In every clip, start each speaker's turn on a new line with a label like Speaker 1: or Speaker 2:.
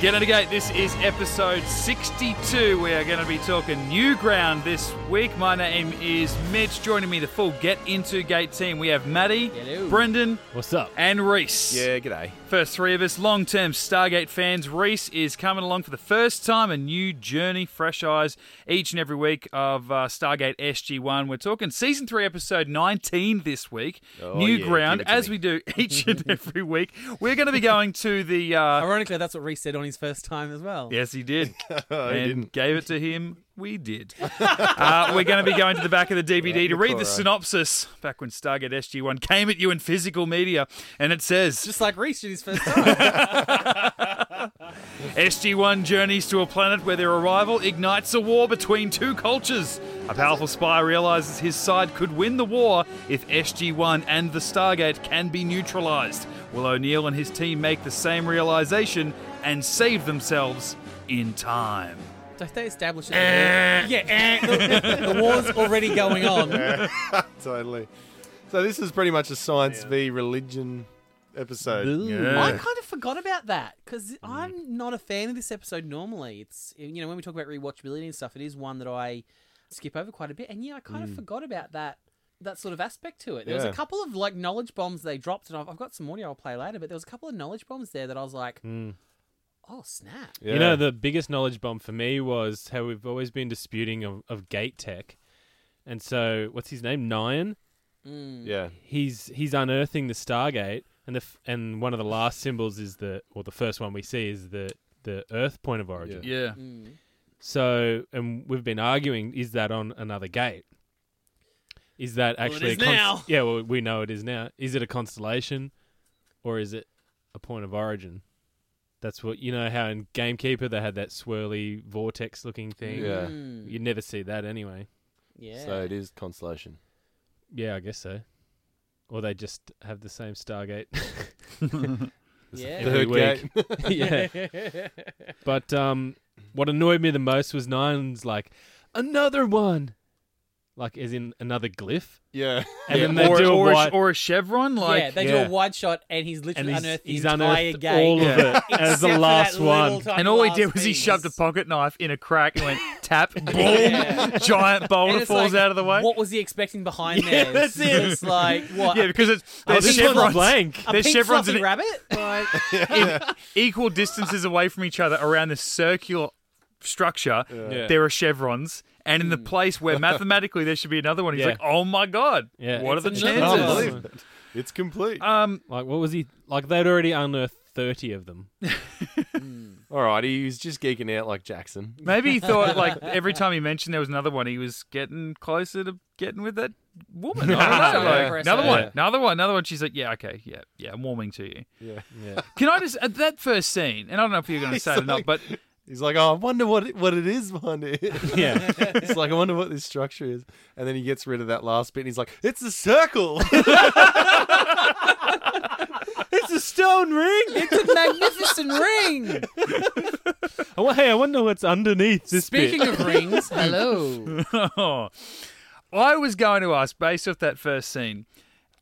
Speaker 1: G'day, gate. This is episode 62. We are going to be talking new ground this week. My name is Mitch. Joining me, the full Get Into Gate team. We have Maddie,
Speaker 2: Hello.
Speaker 1: Brendan,
Speaker 3: What's up?
Speaker 1: and Reese.
Speaker 4: Yeah, g'day.
Speaker 1: First three of us, long term Stargate fans. Reese is coming along for the first time, a new journey, fresh eyes each and every week of uh, Stargate SG1. We're talking season three, episode 19 this week.
Speaker 4: Oh,
Speaker 1: new
Speaker 4: yeah,
Speaker 1: ground,
Speaker 4: give it to
Speaker 1: as
Speaker 4: me.
Speaker 1: we do each and every week. We're going to be going to the. Uh,
Speaker 2: Ironically, that's what Reese said on his first time as well.
Speaker 1: Yes, he did. and gave it to him. We did. uh, we're going to be going to the back of the DVD to read the synopsis back when Stargate SG1 came at you in physical media. And it says
Speaker 2: Just like Reese did his first time.
Speaker 1: SG1 journeys to a planet where their arrival ignites a war between two cultures. A powerful spy realizes his side could win the war if SG1 and the Stargate can be neutralized. Will O'Neill and his team make the same realization and save themselves in time?
Speaker 2: Don't they establish it? yeah, eh, the, the war's already going
Speaker 4: Eh.
Speaker 2: on.
Speaker 4: Totally. So this is pretty much a science v religion episode.
Speaker 1: Yeah.
Speaker 2: I kind of forgot about that because I'm not a fan of this episode normally. It's you know when we talk about rewatchability and stuff, it is one that I skip over quite a bit. And yeah, I kind of forgot about that that sort of aspect to it. There was
Speaker 4: Mm. Yeah.
Speaker 2: a couple of like knowledge bombs they dropped, and I've, I've got some audio I'll play later. But there was a couple of knowledge bombs there that I was like, oh snap.
Speaker 4: Mm. Yeah.
Speaker 3: You know, the biggest knowledge bomb for me was how we've always been disputing of, of gate tech. And so, what's his name? Nyan.
Speaker 4: yeah.
Speaker 3: He's he's unearthing the Stargate, and the f- and one of the last symbols is the well, the first one we see is the the Earth point of origin.
Speaker 1: Yeah.
Speaker 3: So, and we've been arguing is that on another gate? Is that
Speaker 2: it
Speaker 3: actually
Speaker 2: is
Speaker 3: a
Speaker 2: now.
Speaker 3: Yeah, well, we know it is now. Is it a constellation or is it a point of origin? That's what you know how in Gamekeeper they had that swirly vortex looking thing.
Speaker 4: Yeah.
Speaker 3: You'd never see that anyway.
Speaker 2: Mm. Yeah.
Speaker 4: So it is constellation.
Speaker 3: Yeah, I guess so. Or they just have the same Stargate.
Speaker 2: yeah.
Speaker 3: Every
Speaker 4: Third
Speaker 3: week. yeah. but um, what annoyed me the most was Nine's like, another one. Like, as in another glyph.
Speaker 4: Yeah.
Speaker 3: And then they
Speaker 1: or,
Speaker 3: do a
Speaker 1: or,
Speaker 3: wide-
Speaker 1: sh- or a chevron, like
Speaker 2: yeah, they do
Speaker 4: yeah.
Speaker 2: a wide shot, and he's
Speaker 3: and
Speaker 2: literally
Speaker 3: he's,
Speaker 2: unearthed the
Speaker 3: he's
Speaker 2: entire
Speaker 3: unearthed
Speaker 2: game.
Speaker 3: all of it as the
Speaker 2: Except for
Speaker 3: last
Speaker 2: that little
Speaker 3: one.
Speaker 2: tiny
Speaker 1: And all he
Speaker 2: last
Speaker 1: did was he
Speaker 2: piece.
Speaker 1: shoved a pocket knife in a crack and went tap, boom,
Speaker 2: Yeah.
Speaker 1: giant
Speaker 2: And
Speaker 1: boulder
Speaker 2: it's
Speaker 1: falls
Speaker 2: like,
Speaker 1: out of the way.
Speaker 2: What was he expecting behind
Speaker 3: Yeah,
Speaker 2: there?
Speaker 3: that's it.
Speaker 2: It's like what?
Speaker 1: yeah, because it's
Speaker 3: Oh,
Speaker 1: there's
Speaker 3: this one's
Speaker 1: chevrons,
Speaker 3: blank.
Speaker 2: a
Speaker 1: there's
Speaker 2: pink
Speaker 1: chevrons
Speaker 2: fluffy
Speaker 1: in- e-,
Speaker 2: rabbit. Like,
Speaker 1: in equal distances away from each other around this circular structure.
Speaker 3: Yeah.
Speaker 1: There are chevrons, and in the
Speaker 2: Mm.
Speaker 1: place where mathematically there should be another one, he's
Speaker 3: Yeah.
Speaker 1: like, "Oh my god,
Speaker 3: Yeah.
Speaker 1: what are the
Speaker 2: It's another
Speaker 4: Can't
Speaker 2: one.
Speaker 1: chances?"
Speaker 4: believe it. It's complete.
Speaker 1: Um,
Speaker 3: Like, what was he? Like, they'd already unearthed 30 of them.
Speaker 4: All right, he was just geeking out like Jackson.
Speaker 1: maybe he thought like every time he mentioned there was another one, he was getting closer to getting with that woman. I don't know,
Speaker 2: Yeah.
Speaker 1: like, another one,
Speaker 3: Yeah.
Speaker 1: another one, another one. She's like, "Yeah, okay, yeah, yeah, I'm warming to you."
Speaker 4: Yeah.
Speaker 1: Can I just at that first scene, and I don't know if you're going to
Speaker 4: He's
Speaker 1: say it or not,
Speaker 4: like-
Speaker 1: but
Speaker 4: He's like, oh, I wonder what it, what it is behind it.
Speaker 3: Yeah.
Speaker 4: It's like, I wonder what this structure is. And then he gets rid of that last bit and he's like, it's a circle.
Speaker 3: it's a stone ring.
Speaker 2: it's a magnificent ring.
Speaker 3: oh, hey, I wonder what's underneath this
Speaker 2: Speaking
Speaker 3: bit.
Speaker 2: of rings, hello.
Speaker 1: oh, I was going to ask, based off that first scene,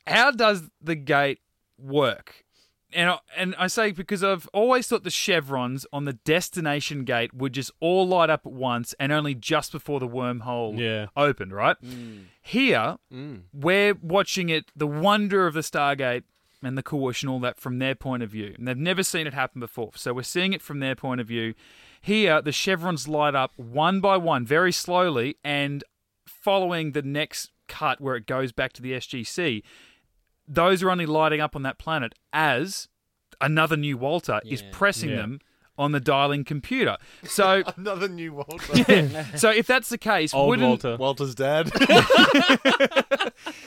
Speaker 1: how does the gate work? And I, and I say because I've always thought the chevrons on the destination gate would just all light up at once and only just before the wormhole
Speaker 3: Yeah.
Speaker 1: opened, right? Here, we're watching it, the wonder of the Stargate and the coercion, all that from their point of view. And they've never seen it happen before. So we're seeing it from their point of view. Here, the chevrons light up one by one, very slowly, and following the next cut where it goes back to the SGC, those are only lighting up on that planet as another new Walter is pressing
Speaker 3: Yeah.
Speaker 1: them on the dialing computer. So,
Speaker 4: Another new Walter.
Speaker 1: so if that's the case,
Speaker 3: Old
Speaker 1: wouldn't
Speaker 3: Walter.
Speaker 4: Walter's dad.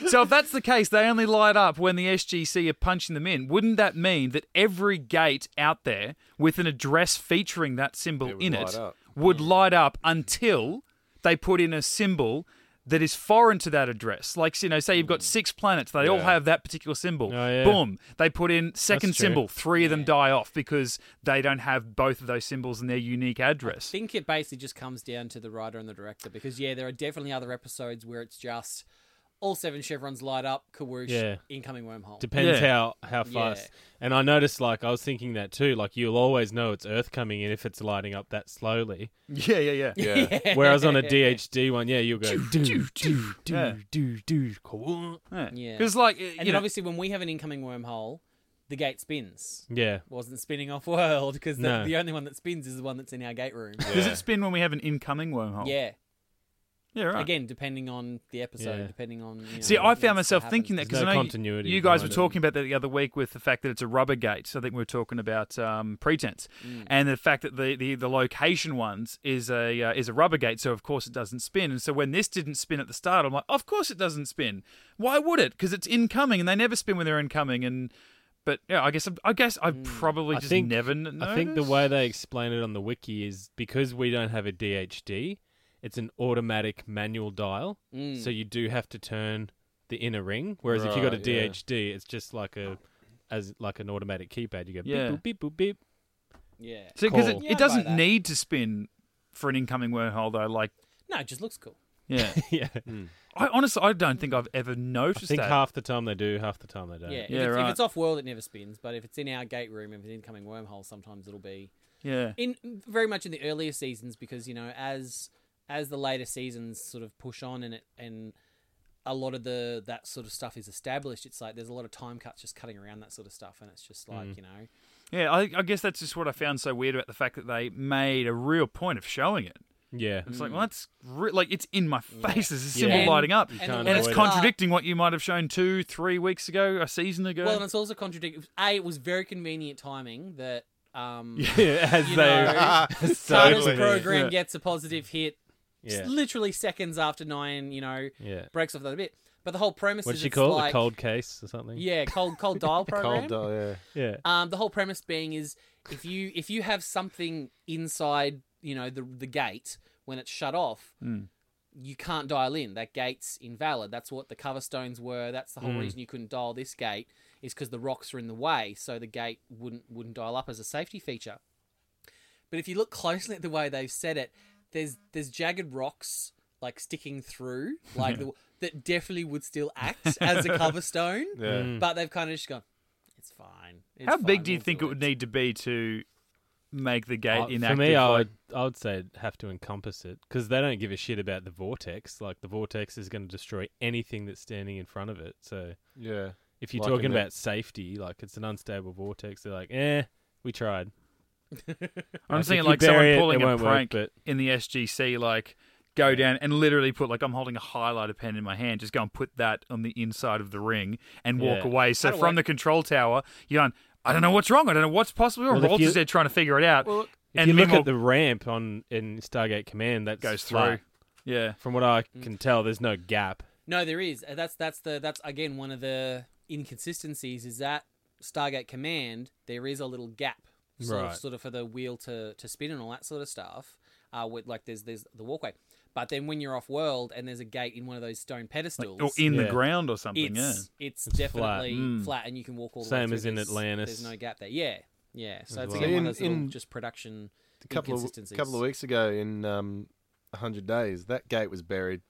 Speaker 1: So if that's the case, they only light up when the SGC are punching them in. Wouldn't that mean that every gate out there with an address featuring that symbol
Speaker 4: It would
Speaker 1: in
Speaker 4: light
Speaker 1: it
Speaker 4: up.
Speaker 1: would light up until they put in a symbol that is foreign to that address? Like you know, say you've got six planets, they all
Speaker 4: Yeah.
Speaker 1: have that particular symbol.
Speaker 3: Oh, yeah.
Speaker 1: Boom! They put in second
Speaker 3: That's true.
Speaker 1: symbol, three of them die off because they don't have both of those symbols in their unique
Speaker 2: I
Speaker 1: address.
Speaker 2: think it basically just comes down to the writer and the director because yeah, there are definitely other episodes where it's just all seven chevrons light up. Kawoosh,
Speaker 3: Yeah.
Speaker 2: incoming wormhole.
Speaker 3: Depends
Speaker 1: Yeah.
Speaker 3: how how
Speaker 2: Yeah.
Speaker 3: fast. And I noticed, like, I was thinking that too. Like, you'll always know it's Earth coming in if it's lighting up that slowly.
Speaker 1: Yeah, yeah, yeah.
Speaker 4: Yeah.
Speaker 3: Whereas on a DHD one, yeah, you'll go
Speaker 1: Choo,
Speaker 3: do
Speaker 1: choo,
Speaker 3: do
Speaker 1: choo.
Speaker 3: do
Speaker 1: Yeah.
Speaker 3: do do. do.
Speaker 2: Yeah.
Speaker 1: Because like you
Speaker 2: and
Speaker 1: know,
Speaker 2: then obviously when we have an incoming wormhole, the gate spins.
Speaker 3: Yeah,
Speaker 2: Wasn't spinning off world because the,
Speaker 3: No.
Speaker 2: the only one that spins is the one that's in our gate room.
Speaker 1: does it spin when we have an incoming wormhole?
Speaker 2: Yeah.
Speaker 1: yeah, right.
Speaker 2: Again, depending on the episode,
Speaker 3: Yeah.
Speaker 2: depending on. You know,
Speaker 1: See, I
Speaker 2: what's
Speaker 1: found myself
Speaker 2: happens.
Speaker 1: thinking that
Speaker 3: There's
Speaker 1: because
Speaker 3: no
Speaker 1: I know you-
Speaker 3: continuity
Speaker 1: you guys were
Speaker 3: behind it.
Speaker 1: talking about that the other week with the fact that it's a rubber gate. So I think we were talking about um, pretense
Speaker 3: Mm.
Speaker 1: and the fact that the, the, the location ones is a uh, is a rubber gate. So of course it doesn't spin. And so when this didn't spin at the start, I'm like, of course it doesn't spin. Why would it? Because it's incoming, and they never spin when they're incoming. And but yeah, I guess I guess I probably
Speaker 3: Mm. I
Speaker 1: just
Speaker 3: think-
Speaker 1: never. Noticed.
Speaker 3: I think the way they explain it on the wiki is because we don't have a DHD, it's an automatic manual dial.
Speaker 2: Mm.
Speaker 3: So you do have to turn the inner ring. Whereas if you got a
Speaker 4: Right, yeah.
Speaker 3: DHD, it's just like a as like an automatic keypad. You go
Speaker 1: Yeah.
Speaker 3: beep boop beep boop beep.
Speaker 2: Yeah.
Speaker 1: because it,
Speaker 3: call.
Speaker 2: Yeah, I'd
Speaker 1: it
Speaker 2: buy
Speaker 1: doesn't
Speaker 2: that.
Speaker 1: need to spin for an incoming wormhole though. Like
Speaker 2: No, it just looks cool.
Speaker 1: yeah,
Speaker 3: yeah.
Speaker 1: I honestly I don't think I've ever
Speaker 3: I
Speaker 1: noticed
Speaker 3: think
Speaker 1: that.
Speaker 3: half the time they do, half the time they don't.
Speaker 2: Yeah. If,
Speaker 1: Yeah,
Speaker 2: it's,
Speaker 1: right.
Speaker 2: if it's off world, it never spins. But if it's in our gate room, if it's incoming wormhole, sometimes it'll be
Speaker 1: yeah.
Speaker 2: in very much in the earlier seasons because you know as as the later seasons sort of push on and it and a lot of the that sort of stuff is established it's like there's a lot of time cuts just cutting around that sort of stuff and it's just like
Speaker 3: Mm.
Speaker 2: you know
Speaker 1: Yeah, I, I guess that's just what I found so weird about the fact that they made a real point of showing it.
Speaker 3: Yeah.
Speaker 1: It's
Speaker 2: Mm.
Speaker 1: like, well, that's re- like it's in my face. There's a symbol
Speaker 3: And-
Speaker 1: lighting up,
Speaker 2: the
Speaker 3: can't
Speaker 1: and it's
Speaker 3: avoid it.
Speaker 1: contradicting what you might have shown two, three weeks ago, a season ago.
Speaker 2: well and it's also contradictory a it was very convenient timing that um
Speaker 3: Yeah, as
Speaker 2: You
Speaker 3: they
Speaker 2: know, Tana's
Speaker 4: totally.
Speaker 3: Totally.
Speaker 2: program
Speaker 1: Yeah.
Speaker 2: gets a positive hit s-
Speaker 3: yeah.
Speaker 2: literally seconds after nine you know
Speaker 3: yeah.
Speaker 2: breaks off that bit but the whole premise
Speaker 3: What'd
Speaker 2: is
Speaker 3: she
Speaker 2: it's
Speaker 3: call it?
Speaker 2: like
Speaker 3: A cold case or something?
Speaker 2: yeah cold cold dial program
Speaker 4: Cold dial, yeah.
Speaker 3: Yeah.
Speaker 2: Um, the whole premise being is if you if you have something inside, you know, the the gate when it's shut off, you can't dial in. That gate's invalid. That's what the cover stones were. That's the whole
Speaker 1: Hmm.
Speaker 2: reason you couldn't dial this gate is because the rocks are in the way, so the gate wouldn't wouldn't dial up as a safety feature. But if you look closely at the way they've said it, there's there's jagged rocks like sticking through, like the, that definitely would still act as a cover stone.
Speaker 4: Yeah.
Speaker 2: But they've kind of just gone. It's fine. It's
Speaker 1: How big
Speaker 2: fine,
Speaker 1: do you
Speaker 2: we'll
Speaker 1: think it
Speaker 2: do
Speaker 1: would need to be to make the gate
Speaker 3: Uh,
Speaker 1: inactive?
Speaker 3: for me, I
Speaker 1: like-
Speaker 3: would, I would say it'd have to encompass it because they don't give a shit about the vortex. Like the vortex is going to destroy anything that's standing in front of it. So
Speaker 4: Yeah.
Speaker 3: if you're
Speaker 4: Like in
Speaker 3: talking
Speaker 4: the-
Speaker 3: about safety, like it's an unstable vortex, they're like, eh, we tried.
Speaker 1: I'm
Speaker 3: Like,
Speaker 1: thinking
Speaker 3: if you
Speaker 1: like someone
Speaker 3: bury it,
Speaker 1: pulling
Speaker 3: it
Speaker 1: a
Speaker 3: won't work,
Speaker 1: prank
Speaker 3: but-
Speaker 1: in the SGC, like go down and literally put like I'm holding a highlighter pen in my hand, just go and put that on the inside of the ring and walk
Speaker 3: Yeah.
Speaker 1: away. So
Speaker 2: That'll
Speaker 1: from
Speaker 2: work.
Speaker 1: the control tower, you're going, I don't know what's wrong. I don't know what's possible.
Speaker 3: Well,
Speaker 1: Well,
Speaker 3: if
Speaker 1: Rolls
Speaker 3: you-
Speaker 1: is there trying to figure it out.
Speaker 4: Well, if
Speaker 3: If
Speaker 1: and
Speaker 3: you look
Speaker 1: meanwhile-
Speaker 3: at the ramp on in Stargate Command, that
Speaker 1: goes
Speaker 3: flat.
Speaker 1: through. yeah,
Speaker 3: From what I can tell, there's no gap.
Speaker 2: No, there is. Uh, That's that's the that's again one of the inconsistencies is that Stargate Command there is a little gap, sort of
Speaker 3: Right.
Speaker 2: sort of for the wheel to to spin and all that sort of stuff. Uh, with like there's there's the walkway, but then when you're off world and there's a gate in one of those stone pedestals,
Speaker 1: or in the
Speaker 3: Yeah.
Speaker 1: ground or something.
Speaker 2: it's
Speaker 1: Yeah,
Speaker 2: it's,
Speaker 3: It's flat.
Speaker 2: definitely flat.
Speaker 1: Mm.
Speaker 2: and you can walk all the way
Speaker 3: Same
Speaker 2: through.
Speaker 3: as in
Speaker 2: There's-
Speaker 3: Atlantis.
Speaker 2: There's no gap there. Yeah, yeah. So
Speaker 3: As
Speaker 2: it's
Speaker 3: well.
Speaker 2: again one
Speaker 4: In-
Speaker 2: of those little
Speaker 4: in-
Speaker 2: just production
Speaker 4: A couple of
Speaker 2: inconsistencies.
Speaker 4: couple of weeks ago in um, 100 days, that gate was buried.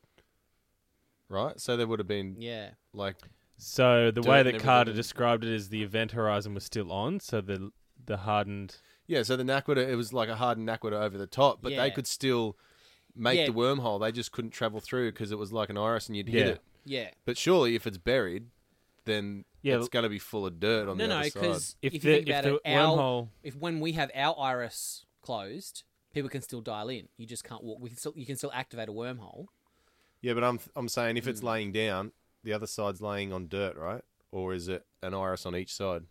Speaker 4: Right? So there would have been
Speaker 2: Yeah.
Speaker 4: like
Speaker 3: So the
Speaker 4: Dirt
Speaker 3: way
Speaker 4: and
Speaker 3: that
Speaker 4: everything
Speaker 3: Carter
Speaker 4: and-
Speaker 3: described it is the event horizon was still on, so the the hardened
Speaker 4: yeah, so the Nakwita it was like a hardened Nakwita over the top, but
Speaker 2: Yeah.
Speaker 4: they could still make
Speaker 2: Yeah.
Speaker 4: the wormhole. They just couldn't travel through because it was like an iris and you'd hit
Speaker 3: Yeah.
Speaker 4: it.
Speaker 2: Yeah.
Speaker 4: But surely if it's buried, then
Speaker 3: Yeah,
Speaker 4: it's
Speaker 3: but-
Speaker 4: going to be full of dirt on
Speaker 2: No,
Speaker 4: the
Speaker 2: no,
Speaker 4: other
Speaker 2: because
Speaker 4: side.
Speaker 2: if,
Speaker 3: If
Speaker 2: you
Speaker 3: the-
Speaker 2: think
Speaker 3: if
Speaker 2: about
Speaker 3: the
Speaker 2: it, our,
Speaker 3: wormhole-
Speaker 2: if when we have our iris closed, people can still dial in. You just can't walk. We can still, you can still activate a wormhole.
Speaker 4: Yeah, but I'm I'm saying if it's
Speaker 2: Mm.
Speaker 4: laying down, the other side's laying on dirt, right? Or is it an iris on each side?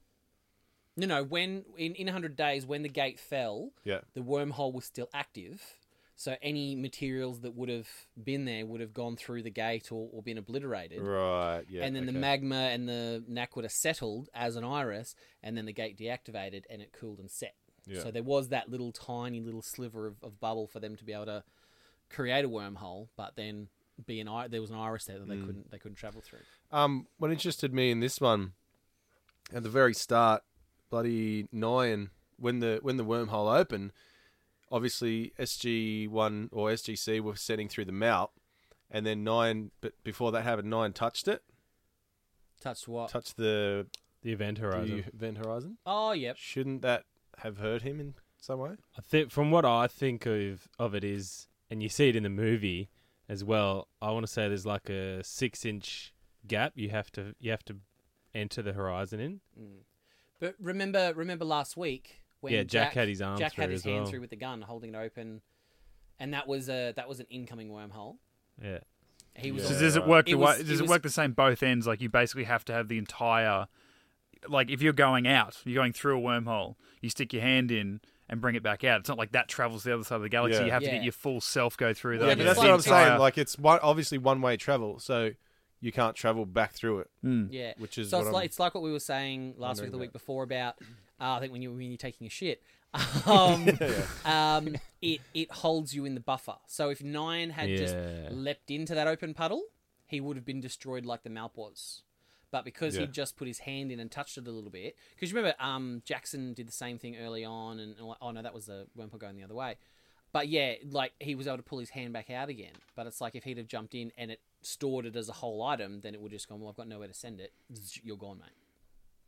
Speaker 2: No, no. When in in hundred days, when the gate fell,
Speaker 4: Yeah.
Speaker 2: the wormhole was still active. So any materials that would have been there would have gone through the gate or, or been obliterated.
Speaker 4: Right. Yeah.
Speaker 2: and then the magma and the naquita settled as an iris, and then the gate deactivated and it cooled and set. So there was that little tiny little sliver of, of bubble for them to be able to create a wormhole, but then be an ir- there was an iris there that they couldn't they couldn't travel through.
Speaker 4: Um, what interested me in this one, at the very start, bloody Nyan, when the when the wormhole opened, obviously SG one or SGC were setting through the mount, and then nine. But before that happened, nine touched it,
Speaker 2: Touched what?
Speaker 4: touched the,
Speaker 3: The event horizon.
Speaker 4: the event horizon.
Speaker 2: oh, yep.
Speaker 4: Shouldn't that have hurt him in some way?
Speaker 3: I think from what I think of of it is, and you see it in the movie as well. I want to say there's like a six inch gap you have to you have to enter the horizon in.
Speaker 2: But remember, remember last week when
Speaker 3: Yeah, Jack had his arm
Speaker 2: Jack had
Speaker 3: through
Speaker 2: his
Speaker 3: as
Speaker 2: hand
Speaker 3: well.
Speaker 2: through with the gun, holding it open, and that was a that was an incoming wormhole.
Speaker 3: Yeah,
Speaker 2: He was
Speaker 4: Yeah.
Speaker 1: So
Speaker 2: on-
Speaker 1: does it work?
Speaker 2: It
Speaker 1: the way,
Speaker 2: was- it
Speaker 1: does it,
Speaker 2: was-
Speaker 1: work the same both ends? Like you basically have to have the entire, like if you're going out, you're going through a wormhole. You stick your hand in and bring it back out. It's not like that travels the other side of the galaxy.
Speaker 4: Yeah.
Speaker 1: You have to
Speaker 2: Yeah.
Speaker 1: get your full self go through that.
Speaker 2: Yeah,
Speaker 4: Yeah,
Speaker 2: but it's
Speaker 4: but that's
Speaker 2: like-
Speaker 4: what I'm
Speaker 1: entire-
Speaker 4: saying. Like it's one, obviously one way travel, so you can't travel back through it.
Speaker 2: Yeah,
Speaker 4: Which is
Speaker 2: so.
Speaker 4: what
Speaker 2: It's
Speaker 4: I'm
Speaker 2: like, it's like what we were saying last week, or the
Speaker 4: wondering
Speaker 2: week before about. Uh, I think when you when you're taking a shit, um, um, it it holds you in the buffer. So if nine had just
Speaker 3: Yeah.
Speaker 2: leapt into that open puddle, he would have been destroyed like the Malp was. But because
Speaker 4: Yeah.
Speaker 2: he just put his hand in and touched it a little bit, because you remember um, Jackson did the same thing early on, and and like, oh no, that was the wormhole going the other way. But yeah, like he was able to pull his hand back out again. But it's like if he'd have jumped in and it stored it as a whole item, then it would have just gone. Well, I've got nowhere to send it. Zzz, You're gone,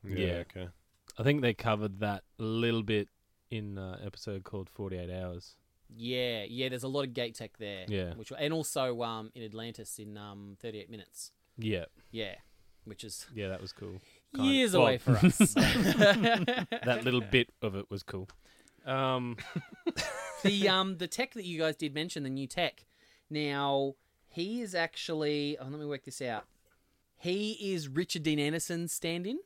Speaker 2: mate.
Speaker 3: Yeah.
Speaker 4: Okay.
Speaker 3: I think they covered that a little bit in uh, episode called Forty Eight Hours.
Speaker 2: Yeah, yeah. There's a lot of gate tech there.
Speaker 3: Yeah.
Speaker 2: which and also um, in Atlantis in um, 38 minutes.
Speaker 3: Yeah,
Speaker 2: Yeah, which is
Speaker 3: yeah, that was cool. Kind of-
Speaker 2: years
Speaker 3: well,
Speaker 2: away for us.
Speaker 3: that little bit of it was cool. Um,
Speaker 2: the um the tech that you guys did mention, the new tech. Now he is actually. Oh, let me work this out. He is Richard Dean Anderson's stand-in,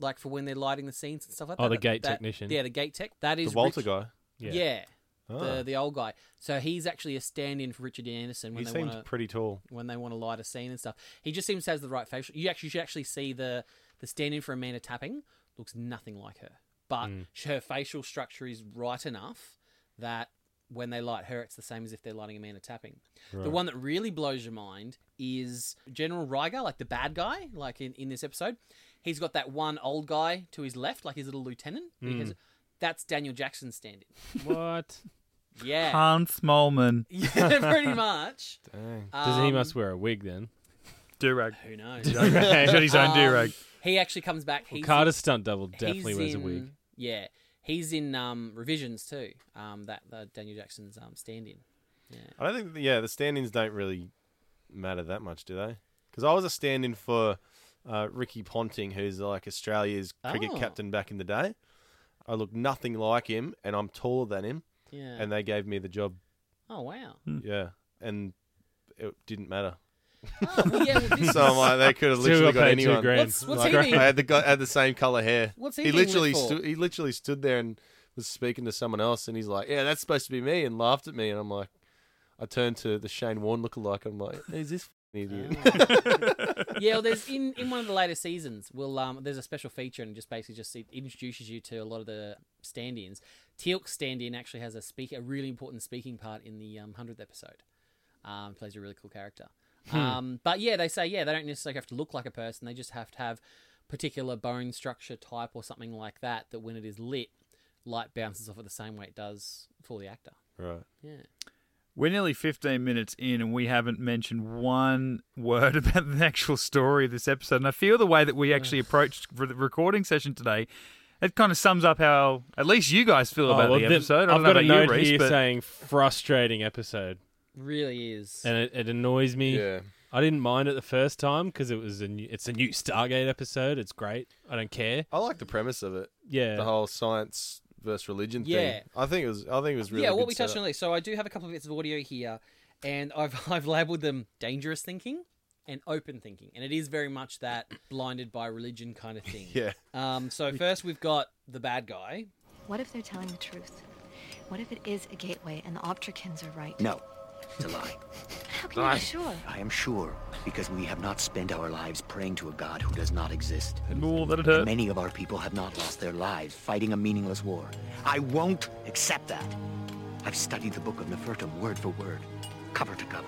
Speaker 2: like for when they're lighting the scenes and stuff like that.
Speaker 3: Oh, the
Speaker 2: That-
Speaker 3: gate
Speaker 2: that-
Speaker 3: technician.
Speaker 2: Yeah, the gate tech. That
Speaker 4: The
Speaker 2: is
Speaker 4: Walter
Speaker 2: Rich-
Speaker 4: guy.
Speaker 3: yeah,
Speaker 2: Yeah,
Speaker 4: Ah,
Speaker 2: the the old guy. So he's actually a stand-in for Richard Dean Anderson
Speaker 4: he
Speaker 2: when they
Speaker 4: seems
Speaker 2: want to
Speaker 4: pretty tall.
Speaker 2: when they want to light a scene and stuff. He just seems to has the right facial. You actually you should actually see the the stand in for Amanda tapping looks nothing like her, but
Speaker 3: Mm.
Speaker 2: sh her facial structure is right enough that when they light her, it's the same as if they're lighting Amanda tapping. The one that really blows your mind is General Riger, like the bad guy, like in, in this episode. He's got that one old guy to his left, like his little lieutenant.
Speaker 3: Mm.
Speaker 2: Because that's Daniel Jackson's stand
Speaker 3: what?
Speaker 2: in. Yeah.
Speaker 1: Hans Molman,
Speaker 2: yeah, pretty much.
Speaker 4: Dang.
Speaker 3: Does he
Speaker 2: Um,
Speaker 3: must wear a wig then?
Speaker 1: Durag.
Speaker 2: Who knows?
Speaker 1: He's got his own
Speaker 2: Um,
Speaker 1: Durag.
Speaker 2: He actually comes back. He's
Speaker 3: Carter's stunt double
Speaker 2: he's
Speaker 3: definitely wears a wig.
Speaker 2: in- Yeah, he's in um, revisions too. Um, that uh, Daniel Jackson's um, stand-in.
Speaker 4: I don't think. Yeah, the stand-ins don't really matter that much, do they? Because I was a stand-in for uh, Ricky Ponting, who's like Australia's cricket
Speaker 2: Oh.
Speaker 4: captain back in the day. I look nothing like him, and I'm taller than him,
Speaker 2: Yeah.
Speaker 4: and they gave me the job.
Speaker 2: oh wow.
Speaker 4: Yeah, and it didn't matter.
Speaker 2: Oh, well, yeah, well, this
Speaker 4: So I'm like, they could have
Speaker 3: Still
Speaker 4: literally
Speaker 3: got
Speaker 4: got
Speaker 3: paid two
Speaker 4: anyone.
Speaker 3: grand.
Speaker 2: what's what's he
Speaker 4: Like,
Speaker 2: been?
Speaker 4: I had the guy had the same color hair.
Speaker 2: What's he
Speaker 4: he
Speaker 2: been with
Speaker 4: literally
Speaker 2: for?
Speaker 4: stood. He literally stood there and was speaking to someone else, and he's like, "Yeah, that's supposed to be me," and laughed at me, and I'm like, I turned to the Shane Warne lookalike. I'm like, "Who's this f***ing idiot?"
Speaker 2: yeah, well, there's in, in one of the later seasons. Well, um, there's a special feature and it just basically just it introduces you to a lot of the stand-ins. Teal'c's stand-in actually has a speak a really important speaking part in the um, hundredth episode. Um, plays a really cool character. Um, but yeah, they say yeah they don't necessarily have to look like a person. They just have to have particular bone structure type or something like that. That when it is lit, light bounces off it the same way it does for the actor.
Speaker 4: right.
Speaker 2: Yeah.
Speaker 1: We're nearly 15 minutes in and we haven't mentioned one word about the actual story of this episode. And I feel the way that we actually approached re- the recording session today, it kind of sums up how at least you guys feel about
Speaker 3: Oh, well,
Speaker 1: the
Speaker 3: the-
Speaker 1: episode. I
Speaker 3: I've
Speaker 1: don't
Speaker 3: got
Speaker 1: know
Speaker 3: a
Speaker 1: about you,
Speaker 3: note
Speaker 1: Reese,
Speaker 3: here
Speaker 1: but
Speaker 3: saying frustrating episode,
Speaker 2: Really is.
Speaker 3: and it, it annoys me.
Speaker 4: Yeah.
Speaker 3: I didn't mind it the first time because it was a new, it's a new Stargate episode. It's great. I don't care.
Speaker 4: I like the premise of it,
Speaker 3: Yeah,
Speaker 4: the whole science versus religion thing.
Speaker 2: Yeah.
Speaker 4: I think it was. I think it was really.
Speaker 2: yeah, what
Speaker 4: good
Speaker 2: we touched on
Speaker 4: setup.
Speaker 2: earlier. So I do have a couple of bits of audio here, and I've I've labelled them dangerous thinking and open thinking, and it is very much that blinded by religion kind of thing.
Speaker 4: Yeah.
Speaker 2: Um. So first we've got the bad guy.
Speaker 5: What if they're telling the truth? What if it is a gateway and the Optrikins are right?
Speaker 6: No, it's a lie.
Speaker 5: How can you be sure?
Speaker 6: I am sure because we have not spent our lives praying to a god who does not exist.
Speaker 1: more that it hurt.
Speaker 6: Many of our people have not lost their lives fighting a meaningless war. I won't accept that. I've studied the book of Nefertum word for word, cover to cover.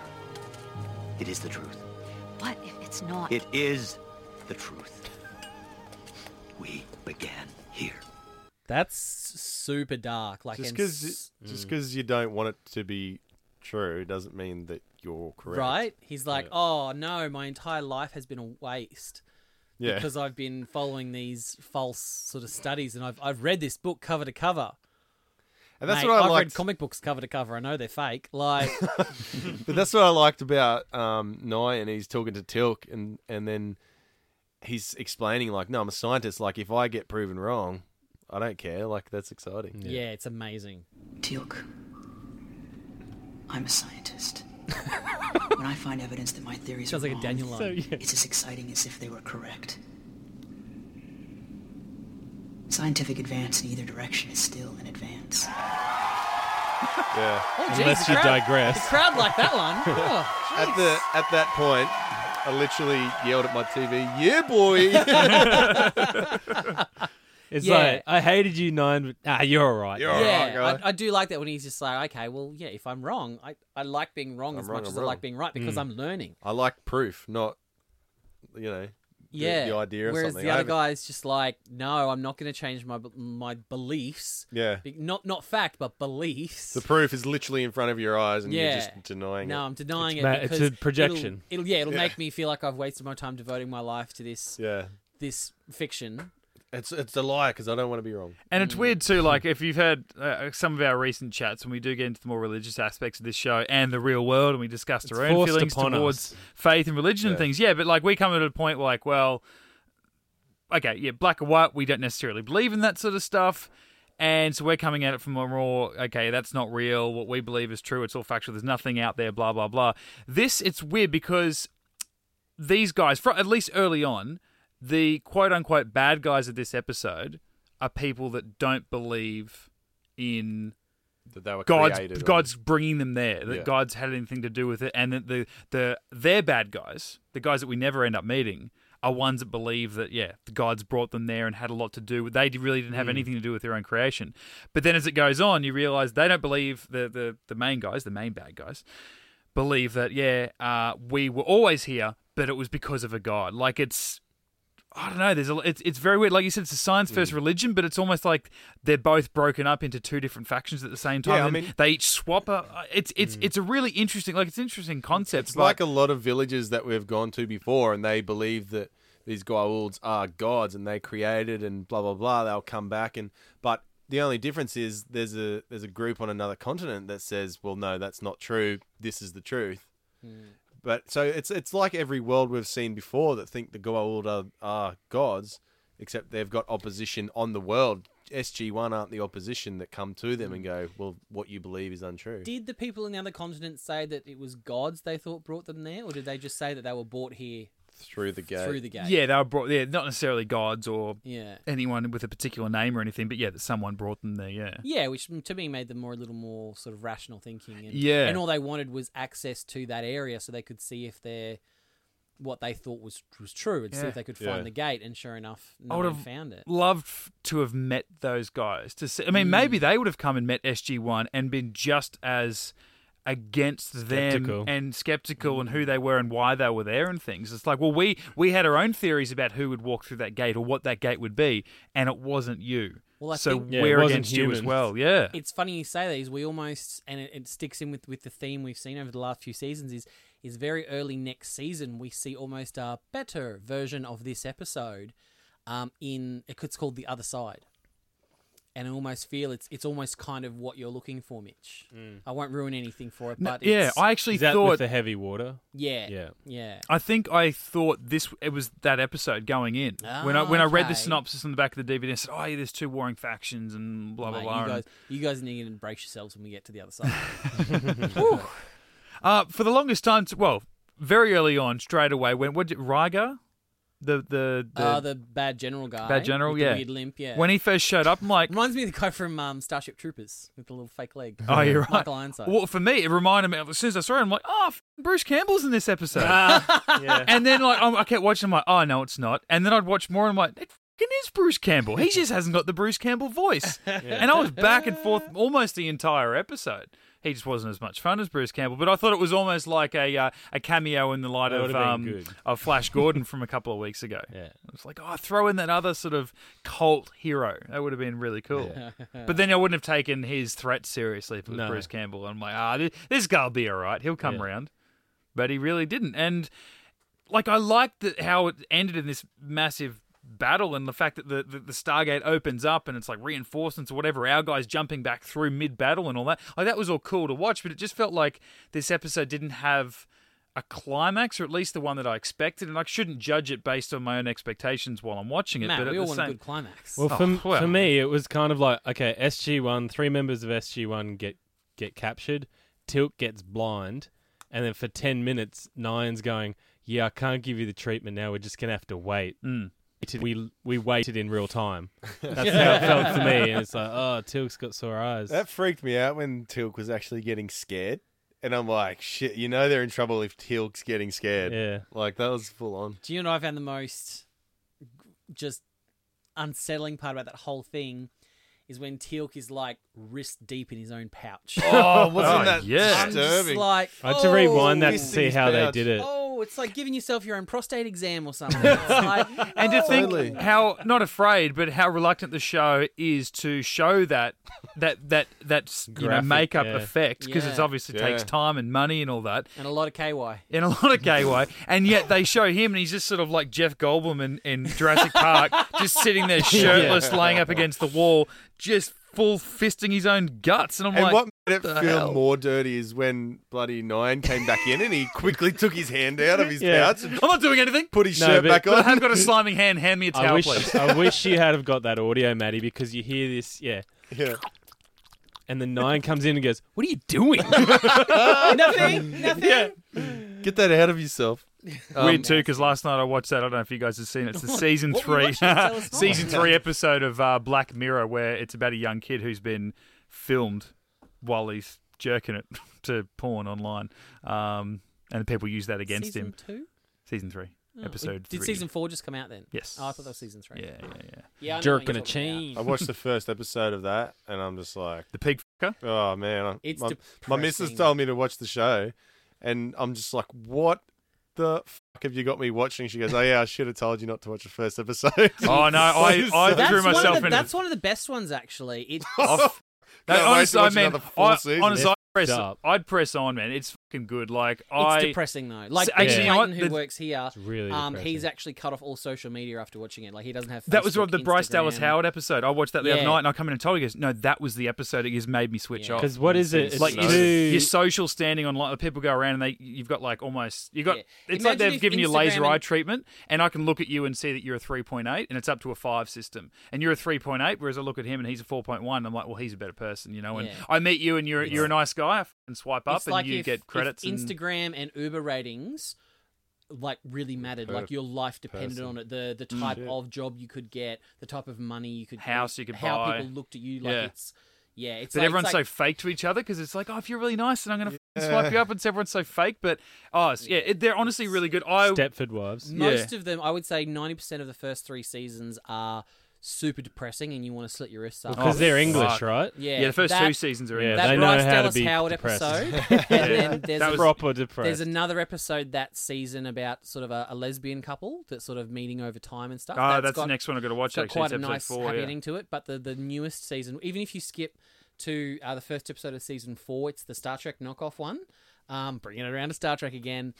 Speaker 6: It is the truth.
Speaker 5: What if it's not?
Speaker 6: It is the truth. We began here.
Speaker 2: That's super dark. Like
Speaker 4: Just
Speaker 2: and
Speaker 4: because,
Speaker 2: s- mm.
Speaker 4: just because you don't want it to be true doesn't mean that you're correct.
Speaker 2: Right? He's like, oh no, my entire life has been a waste
Speaker 4: Yeah.
Speaker 2: because I've been following these false sort of studies and I've, I've read this book cover to cover.
Speaker 4: and that's
Speaker 2: Mate,
Speaker 4: what I
Speaker 2: I've
Speaker 4: liked.
Speaker 2: read comic books cover to cover. I know they're fake. Like,
Speaker 4: But that's what I liked about um, Nye, and he's talking to Tilk, and and then he's explaining like, no, I'm a scientist. Like, if I get proven wrong, I don't care. Like, that's exciting.
Speaker 2: yeah. it's amazing.
Speaker 7: Teal'c, I'm a scientist. when I find evidence that my theories
Speaker 2: Sounds
Speaker 7: are
Speaker 2: like a
Speaker 7: wrong,
Speaker 2: Daniel line.
Speaker 3: So yeah,
Speaker 7: it's as exciting as if they were correct. Scientific advance in either direction is still an advance.
Speaker 4: Yeah.
Speaker 2: Oh, jeez,
Speaker 3: unless
Speaker 2: the
Speaker 3: you
Speaker 2: crowd- The
Speaker 3: digress.
Speaker 2: crowd like that one. Oh,
Speaker 4: At the at that point, I literally yelled at my TV, "Yeah, boy!"
Speaker 3: It's
Speaker 2: Yeah.
Speaker 3: like I hated you nine. But, ah, you're all right.
Speaker 4: You're all right.
Speaker 2: yeah,
Speaker 4: guy.
Speaker 2: I, I do like that when he's just like, okay, well, yeah, if I'm wrong, I, I like being wrong
Speaker 4: I'm
Speaker 2: as
Speaker 4: wrong,
Speaker 2: much
Speaker 4: I'm
Speaker 2: as I
Speaker 4: wrong. Hmm.
Speaker 2: like being right because I'm learning.
Speaker 4: I like proof, not you know. the
Speaker 2: Yeah,
Speaker 4: idea of
Speaker 2: Whereas
Speaker 4: something.
Speaker 2: the
Speaker 4: I
Speaker 2: other
Speaker 4: haven't-
Speaker 2: guy is just like, no, I'm not going to change my b- my beliefs.
Speaker 4: Yeah.
Speaker 2: Be- Not not fact, but beliefs.
Speaker 4: The proof is literally in front of your eyes, and
Speaker 2: Yeah.
Speaker 4: you're just denying
Speaker 2: no,
Speaker 4: it.
Speaker 2: I'm denying
Speaker 3: It's
Speaker 2: it.
Speaker 3: ma- it's
Speaker 2: because
Speaker 3: a projection.
Speaker 2: It'll, it'll- yeah, it'll make me feel like I've wasted my time devoting my life to this
Speaker 4: Yeah,
Speaker 2: this fiction.
Speaker 4: it's it's a lie because I don't want to be wrong.
Speaker 1: And
Speaker 3: Mm.
Speaker 1: it's weird too, like if you've heard uh, some of our recent chats when we do get into the more religious aspects of this show and the real world, and we discussed
Speaker 3: It's
Speaker 1: our own
Speaker 3: forced
Speaker 1: feelings
Speaker 3: upon
Speaker 1: towards
Speaker 3: us.
Speaker 1: faith and religion and
Speaker 4: Yeah.
Speaker 1: things. Yeah, but like we come to a point where, like, well, okay, yeah, black or white, we don't necessarily believe in that sort of stuff. And so we're coming at it from a more, okay, that's not real. What we believe is true. It's all factual. There's nothing out there, blah, blah, blah. This, it's weird because these guys, fro- at least early on, the quote unquote bad guys of this episode are people that don't believe in
Speaker 4: That they were
Speaker 1: God's
Speaker 4: created or-
Speaker 1: God's bringing them there, that
Speaker 4: Yeah.
Speaker 1: God's had anything to do with it, and that the the their bad guys, the guys that we never end up meeting, are ones that believe that yeah, the God's brought them there and had a lot to do with. They really
Speaker 4: Hmm.
Speaker 1: didn't have anything to do with their own creation. But then as it goes on, you realize they don't believe the the the main guys, the main bad guys, believe that yeah, uh, we were always here, but it was because of a God. Like it's I don't know. There's a, it's it's very weird. Like you said, it's a science
Speaker 4: Hmm.
Speaker 1: versus religion, but it's almost like they're both broken up into two different factions at the same time.
Speaker 4: Yeah, I
Speaker 1: and
Speaker 4: mean- Hmm.
Speaker 1: they each swap. A, it's it's it's a really interesting. Like it's an interesting concept.
Speaker 4: It's
Speaker 1: but
Speaker 4: like a lot of villages that we've gone to before, and they believe that these Gwaulds are gods, and they created, and blah blah blah. They'll come back, and but the only difference is there's a there's a group on another continent that says, well, no, that's not true. This is the truth. But so it's it's like every world we've seen before that think the Goa'uld are, are gods, except they've got opposition on the world. SG One aren't the opposition that come to them and go, well, what you believe is untrue.
Speaker 2: Did the people in the other continent say that it was gods they thought brought them there, or did they just say that they were brought here
Speaker 4: Through the gate.
Speaker 2: through the gate?
Speaker 1: yeah, they were brought. Yeah, not necessarily gods or
Speaker 2: yeah,
Speaker 1: anyone with a particular name or anything, but yeah, that someone brought them there. Yeah.
Speaker 2: yeah. Which mm, to me made them more a little more sort of rational thinking. And,
Speaker 1: Yeah.
Speaker 2: and all they wanted was access to that area so they could see if they're what they thought was was true and see
Speaker 1: Yeah.
Speaker 2: if they could
Speaker 4: Yeah.
Speaker 2: find the gate. And sure enough,
Speaker 1: I
Speaker 2: no
Speaker 1: would
Speaker 2: one
Speaker 1: have
Speaker 2: found it.
Speaker 1: Loved f- to have met those guys. To see, I mean, maybe
Speaker 3: Mm.
Speaker 1: they would have come and met SG One and been just as against
Speaker 3: Skeptical. Mm.
Speaker 1: them and skeptical and who they were and why they were there and things. It's like, well, we we had our own theories about who would walk through that gate or what that gate would be, and it wasn't you.
Speaker 2: Well, I
Speaker 1: so
Speaker 2: think-
Speaker 3: Yeah, it
Speaker 1: we're
Speaker 3: wasn't
Speaker 1: against you as
Speaker 3: humans.
Speaker 1: well. Yeah,
Speaker 2: it's funny you say these. We almost and it, it sticks in with with the theme we've seen over the last few seasons is is very early next season we see almost a better version of this episode. Um, in it's called the other side, and I almost feel it's it's almost kind of what you're looking for, Mitch. I won't ruin anything for it,
Speaker 1: No,
Speaker 2: but
Speaker 1: yeah.
Speaker 2: it's,
Speaker 1: I actually
Speaker 3: Is that
Speaker 1: thought
Speaker 3: with the heavy water?
Speaker 2: yeah,
Speaker 3: Yeah.
Speaker 2: yeah.
Speaker 1: I think I thought this it was that episode going in when I
Speaker 2: Ah,
Speaker 1: when I read
Speaker 2: okay.
Speaker 1: the synopsis on the back of the DVD. I said, "Oh, yeah, there's two warring factions and blah blah
Speaker 2: Mate,
Speaker 1: blah."
Speaker 2: you
Speaker 1: and-
Speaker 2: guys, you guys need to brace yourselves when we get to the other side.
Speaker 1: Uh, for the longest time, well, very early on, straight away, when what did Riga, the the the,
Speaker 2: uh, the bad general guy,
Speaker 1: bad general,
Speaker 2: with the
Speaker 1: yeah,
Speaker 2: weird limp, yeah.
Speaker 1: when he first showed up, I'm like,
Speaker 2: Reminds me of the guy from um, Starship Troopers with the little fake leg.
Speaker 1: oh, you're right.
Speaker 2: Michael Ironside.
Speaker 1: Well, for me, it reminded me. As soon as I saw him, I'm like, oh, f- Bruce Campbell's in this episode.
Speaker 3: yeah.
Speaker 1: and then like I'm, I kept watching, I'm like, oh no, it's not. And then I'd watch more, and I'm like, it f***ing is Bruce Campbell. He just hasn't got the Bruce Campbell voice. And I was back and forth almost the entire episode. He just wasn't as much fun as Bruce Campbell, but I thought it was almost like a uh, a cameo in the light
Speaker 3: That
Speaker 1: of
Speaker 3: would've been
Speaker 1: um,
Speaker 3: good.
Speaker 1: of Flash Gordon from a couple of weeks ago.
Speaker 3: Yeah.
Speaker 1: It was like, oh, throw in that other sort of cult hero. That would have been really cool. but then I wouldn't have taken his threat seriously if it was
Speaker 3: No.
Speaker 1: Bruce Campbell. I'm like, ah, this, this guy'll be all right. He'll come
Speaker 3: Yeah.
Speaker 1: round. But he really didn't. And like, I liked that how it ended in this massive battle and the fact that the, the, the Stargate opens up and it's like reinforcements or whatever, our guys jumping back through mid battle and all that. Like, that was all cool to watch, but it just felt like this episode didn't have a climax or at least the one that I expected and I shouldn't judge it based on my own expectations while I'm watching it
Speaker 2: Matt,
Speaker 1: but at
Speaker 2: we all
Speaker 1: the
Speaker 2: want
Speaker 1: same
Speaker 2: a good climax.
Speaker 3: Well,
Speaker 1: Oh,
Speaker 3: for, m-
Speaker 1: well.
Speaker 3: for me, it was kind of like okay, SG one, three members of SG one get get captured. Tilt gets blind, and then for ten minutes, Nine's going, "Yeah, I can't give you the treatment now. We're just gonna have to wait."
Speaker 1: Mm.
Speaker 3: We we waited in real time. That's how it felt to me, and it's like, oh, Tilt's got sore eyes.
Speaker 4: That freaked me out when Tilk was actually getting scared. And I'm like, shit, you know they're in trouble if Tilk's getting scared.
Speaker 3: yeah,
Speaker 4: Like, that was full on.
Speaker 2: Do you know what I found the most g- just unsettling part about that whole thing is when Teal'c is like wrist deep in his own pouch.
Speaker 4: Oh, wasn't
Speaker 1: oh,
Speaker 4: that
Speaker 1: yeah.
Speaker 2: I'm just
Speaker 4: disturbing?
Speaker 2: like,
Speaker 3: I had to rewind that
Speaker 2: "Oh,
Speaker 3: to
Speaker 4: missing
Speaker 3: see
Speaker 4: his
Speaker 3: how they
Speaker 4: pouch.
Speaker 3: did it.
Speaker 2: Oh, it's like giving yourself your own prostate exam or something. It's like,
Speaker 1: And to think
Speaker 4: Totally.
Speaker 1: how not afraid, but how reluctant the show is to show that that that that s- you know
Speaker 3: Graphic,
Speaker 1: makeup
Speaker 3: yeah.
Speaker 1: effect because it's
Speaker 2: Yeah.
Speaker 1: obviously
Speaker 4: Yeah.
Speaker 1: takes time and money and all that
Speaker 2: and a lot of KY.
Speaker 1: in a lot of gay way, and yet they show him and he's just sort of like Jeff Goldblum in, in Jurassic Park, just sitting there shirtless, laying up against the wall, just full fisting his own guts, and I'm
Speaker 4: And
Speaker 1: like,
Speaker 4: what made it
Speaker 1: the
Speaker 4: feel
Speaker 1: hell?
Speaker 4: more dirty is when bloody Nine came back in and he quickly took his hand out of his
Speaker 3: Yeah.
Speaker 4: pouch and
Speaker 1: I'm not doing anything.
Speaker 4: put his
Speaker 3: No,
Speaker 4: shirt
Speaker 3: but-
Speaker 4: back
Speaker 1: But I
Speaker 4: on.
Speaker 1: have got a sliming hand. Hand me a
Speaker 3: I
Speaker 1: towel, please.
Speaker 3: wish I wish you had have got that audio, Maddie, because you hear this, yeah.
Speaker 4: Yeah.
Speaker 3: And the nine comes in and goes, "What are you doing?"
Speaker 1: Oh
Speaker 2: nothing, nothing.
Speaker 4: Get that out of yourself. Um,
Speaker 1: Weird too, because last night I watched that. I don't know if you guys have seen it. It's the season
Speaker 2: what we
Speaker 1: three,
Speaker 2: watched, tell us more.
Speaker 1: season three episode of uh, Black Mirror, where it's about a young kid who's been filmed while he's jerking it to porn online, um, and people use that against
Speaker 2: season
Speaker 1: him.
Speaker 2: two?
Speaker 1: Season three,
Speaker 2: Oh,
Speaker 1: episode.
Speaker 2: Did
Speaker 1: three.
Speaker 2: season four just come out then?
Speaker 1: Yes.
Speaker 2: Oh, I thought that was season three.
Speaker 1: Yeah, yeah, yeah.
Speaker 2: yeah I know what
Speaker 3: Jerking
Speaker 2: you're
Speaker 3: a
Speaker 2: talking about.
Speaker 3: chain.
Speaker 4: I watched the first episode of that and I'm just like,
Speaker 1: The pig fucker.
Speaker 4: oh man. I-
Speaker 2: It's
Speaker 4: my, my missus
Speaker 2: depressing.
Speaker 4: told me to watch the show and I'm just like, what the fuck have you got me watching? She goes, oh yeah, I should have told you not to watch the first episode.
Speaker 1: Oh no, I, I
Speaker 2: That's,
Speaker 1: threw
Speaker 2: one
Speaker 1: myself
Speaker 2: of the,
Speaker 1: in.
Speaker 2: that's one of the best ones, actually. It,
Speaker 1: No,
Speaker 4: Can't wait
Speaker 1: honestly,
Speaker 4: to
Speaker 1: I
Speaker 4: watch
Speaker 1: mean,
Speaker 4: another full
Speaker 1: I,
Speaker 4: season.
Speaker 1: honestly, I'd press,
Speaker 3: up.
Speaker 1: I'd press on, man. It's fucking good. Like I,
Speaker 2: it's depressing, though. Like,
Speaker 1: actually, you
Speaker 2: Peyton
Speaker 1: know what?
Speaker 2: who
Speaker 1: The-
Speaker 2: works here,
Speaker 3: really
Speaker 2: um,
Speaker 3: depressing.
Speaker 2: he's actually cut off all social media after watching it. Like, he doesn't have
Speaker 1: That was
Speaker 2: Facebook,
Speaker 1: what the Bryce Dallas
Speaker 2: Instagram.
Speaker 1: Howard episode. I watched that the other
Speaker 2: Yeah.
Speaker 1: night, and I come in and told you guys, no, that was the episode that just made me switch
Speaker 2: Yeah.
Speaker 1: off.
Speaker 3: Because what is it? It's
Speaker 1: like
Speaker 4: No.
Speaker 1: your,
Speaker 3: too-
Speaker 1: your social standing on like people go around and they you've got like almost you got
Speaker 2: Yeah.
Speaker 1: it's like
Speaker 2: Imagine
Speaker 1: they've
Speaker 2: if
Speaker 1: given you
Speaker 2: Instagram
Speaker 1: laser eye
Speaker 2: and-
Speaker 1: treatment and I can look at you and see that you're a 3.8 and it's up to a 5 system and you're a 3.8 whereas I look at him and he's a 4.1 and I'm like well he's a better person you know and
Speaker 2: Yeah.
Speaker 1: I meet you and you're you're a nice guy I f- and swipe up
Speaker 2: It's
Speaker 1: and
Speaker 2: like
Speaker 1: you
Speaker 2: if,
Speaker 1: get
Speaker 2: if
Speaker 1: credits and
Speaker 2: Instagram and Uber ratings like really mattered like your life depended on it the the type of job you could get the type of money you could
Speaker 1: House you could
Speaker 2: how
Speaker 1: buy.
Speaker 2: people looked at you like
Speaker 1: Yeah.
Speaker 2: it's yeah it's
Speaker 1: But
Speaker 2: like,
Speaker 1: everyone's
Speaker 2: it's
Speaker 1: so
Speaker 2: like,
Speaker 1: fake to each other because it's like, oh, if you're really nice, then I'm gonna f swipe you up, and so everyone's so fake. But oh, it's- yeah, it, they're honestly really good. I
Speaker 3: Stepford Wives.
Speaker 2: most of them I would say 90% of the first 3 seasons are super depressing and you want to slit your wrists up
Speaker 3: Because
Speaker 1: Oh,
Speaker 3: they're English,
Speaker 1: fuck.
Speaker 3: right?
Speaker 2: yeah,
Speaker 1: yeah, the first
Speaker 2: that,
Speaker 1: two seasons are
Speaker 3: Yeah,
Speaker 1: in.
Speaker 2: that
Speaker 3: they know
Speaker 2: Bryce
Speaker 3: how to
Speaker 2: Dallas
Speaker 3: be
Speaker 2: Howard
Speaker 3: depressed.
Speaker 2: episode and then there's
Speaker 1: That
Speaker 2: a-
Speaker 1: was-
Speaker 3: Proper depressed.
Speaker 2: There's another episode that season about sort of a, a lesbian couple that's sort of meeting over time and stuff.
Speaker 1: Oh, that's,
Speaker 2: got,
Speaker 1: the next one I've got to watch.
Speaker 2: it's got
Speaker 1: actually,
Speaker 2: quite
Speaker 1: it's
Speaker 2: a
Speaker 1: episode
Speaker 2: nice
Speaker 1: four.
Speaker 2: happy
Speaker 1: yeah.
Speaker 2: ending to it. But the, the newest season, even if you skip to uh, the first episode of season four, it's the Star Trek knockoff one. Um, bringing it around to Star Trek again.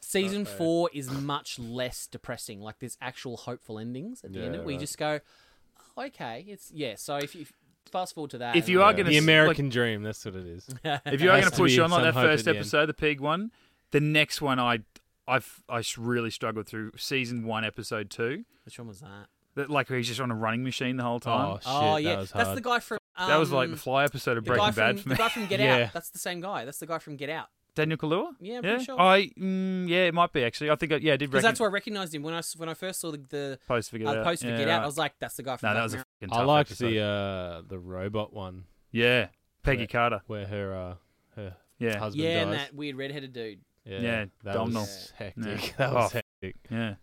Speaker 2: season four is much less depressing. Like there's actual hopeful endings at the end of it. where you just go, "Oh, okay, it's yeah. So if you fast forward to that,
Speaker 1: If you
Speaker 2: and-
Speaker 1: are going
Speaker 3: the
Speaker 1: to
Speaker 3: American dream. That's what it is.
Speaker 1: if you are going
Speaker 3: Has
Speaker 1: to
Speaker 3: to
Speaker 1: push
Speaker 3: be
Speaker 1: on like
Speaker 3: some
Speaker 1: that
Speaker 3: hope at
Speaker 1: first
Speaker 3: the end.
Speaker 1: episode, the pig one, the next one, I, I've, I s- really struggled through season one, episode two.
Speaker 2: which one was that?
Speaker 1: That like he's just on a running machine the whole time.
Speaker 3: Oh shit,
Speaker 2: oh yeah,
Speaker 3: that was hard.
Speaker 2: that's the guy from. Um,
Speaker 1: that was like the fly episode of
Speaker 2: The
Speaker 1: Breaking
Speaker 2: guy from,
Speaker 1: Bad for me.
Speaker 2: The guy from Get
Speaker 3: Yeah.
Speaker 2: Out. That's the same guy. That's the guy from Get Out.
Speaker 1: Daniel Kaluuya.
Speaker 2: Yeah, I'm pretty sure.
Speaker 1: I mm, yeah, it might be actually. I think I, yeah, I did.
Speaker 2: Because
Speaker 1: Reckon,
Speaker 2: that's where I recognised him when I s- when I first saw the the
Speaker 1: post for Get
Speaker 2: uh,
Speaker 1: Out.
Speaker 2: post for
Speaker 1: Yeah,
Speaker 2: Get Out.
Speaker 1: right.
Speaker 2: I was like, that's the guy from.
Speaker 1: No,
Speaker 2: Black
Speaker 1: that was a
Speaker 2: Mirror.
Speaker 1: fucking
Speaker 3: I
Speaker 1: tough
Speaker 3: liked
Speaker 1: episode.
Speaker 3: the uh, the robot one
Speaker 1: yeah, Peggy Carter.
Speaker 3: where her uh, her
Speaker 1: Yeah,
Speaker 3: husband
Speaker 2: yeah, and
Speaker 3: dies.
Speaker 2: that weird redheaded dude.
Speaker 3: Yeah,
Speaker 1: Yeah,
Speaker 3: that
Speaker 1: Domhnall.
Speaker 3: was
Speaker 1: Yeah.
Speaker 3: hectic. That was
Speaker 1: Oh,
Speaker 3: hectic.
Speaker 1: yeah.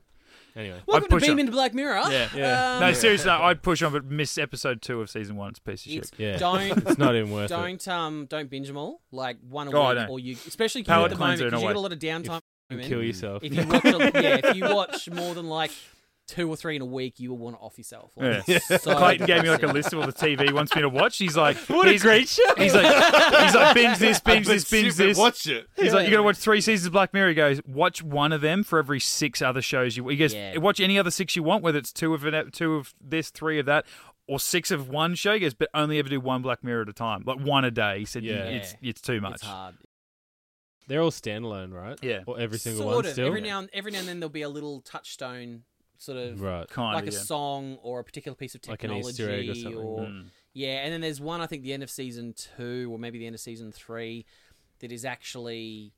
Speaker 3: Anyway,
Speaker 2: Welcome to
Speaker 1: push
Speaker 2: Beam
Speaker 1: on.
Speaker 2: into Black Mirror.
Speaker 1: Yeah.
Speaker 3: Yeah.
Speaker 2: Um,
Speaker 1: No, seriously, no, I'd push on, but miss episode two of season one. It's a piece of
Speaker 2: it's-
Speaker 1: shit.
Speaker 3: Yeah.
Speaker 2: Don't
Speaker 3: it's not even worth it.
Speaker 2: don't um don't binge them all. Like one a
Speaker 1: Oh, I
Speaker 2: week,
Speaker 1: don't.
Speaker 2: or you especially Q
Speaker 1: Palate
Speaker 2: at the moment
Speaker 1: cleanser in
Speaker 2: because
Speaker 1: a
Speaker 2: you
Speaker 1: way.
Speaker 2: get a lot of downtime.
Speaker 3: You
Speaker 2: women.
Speaker 3: kill
Speaker 1: Mm.
Speaker 3: yourself.
Speaker 2: If you watch, a, yeah, if you watch more than like two or three in a week, you will want to off yourself. Like,
Speaker 1: Yeah.
Speaker 2: it's so
Speaker 1: Clayton gave me like a
Speaker 2: depressing.
Speaker 1: list of all the TV he wants me to watch. He's like,
Speaker 3: What a
Speaker 1: he's,
Speaker 3: great show.
Speaker 1: He's like, he's like, binge this, binge
Speaker 4: I've been
Speaker 1: this, binge
Speaker 4: stupid.
Speaker 1: this.
Speaker 4: Watch it.
Speaker 1: He's like, you got to watch three seasons of Black Mirror. He goes, watch one of them for every six other shows you. He goes,
Speaker 2: Yeah.
Speaker 1: watch any other six you want, whether it's two of an, two of this, three of that, or six of one show. He goes, but only ever do one Black Mirror at a time, like one a day. He said,
Speaker 3: Yeah.
Speaker 1: "You- it's it's too much.
Speaker 2: It's hard.
Speaker 3: They're all standalone, right?
Speaker 1: Yeah.
Speaker 3: Or every single
Speaker 2: sort
Speaker 3: one
Speaker 2: of.
Speaker 3: still.
Speaker 2: Every now and every now and then there'll be a little touchstone, sort of
Speaker 3: right.
Speaker 1: Kind
Speaker 2: like
Speaker 1: of
Speaker 2: a song or a particular piece of
Speaker 3: Like
Speaker 2: technology
Speaker 3: an Easter egg or something.
Speaker 1: Mm.
Speaker 2: yeah, and then there's one I think the end of season two or maybe the end of season three that is actually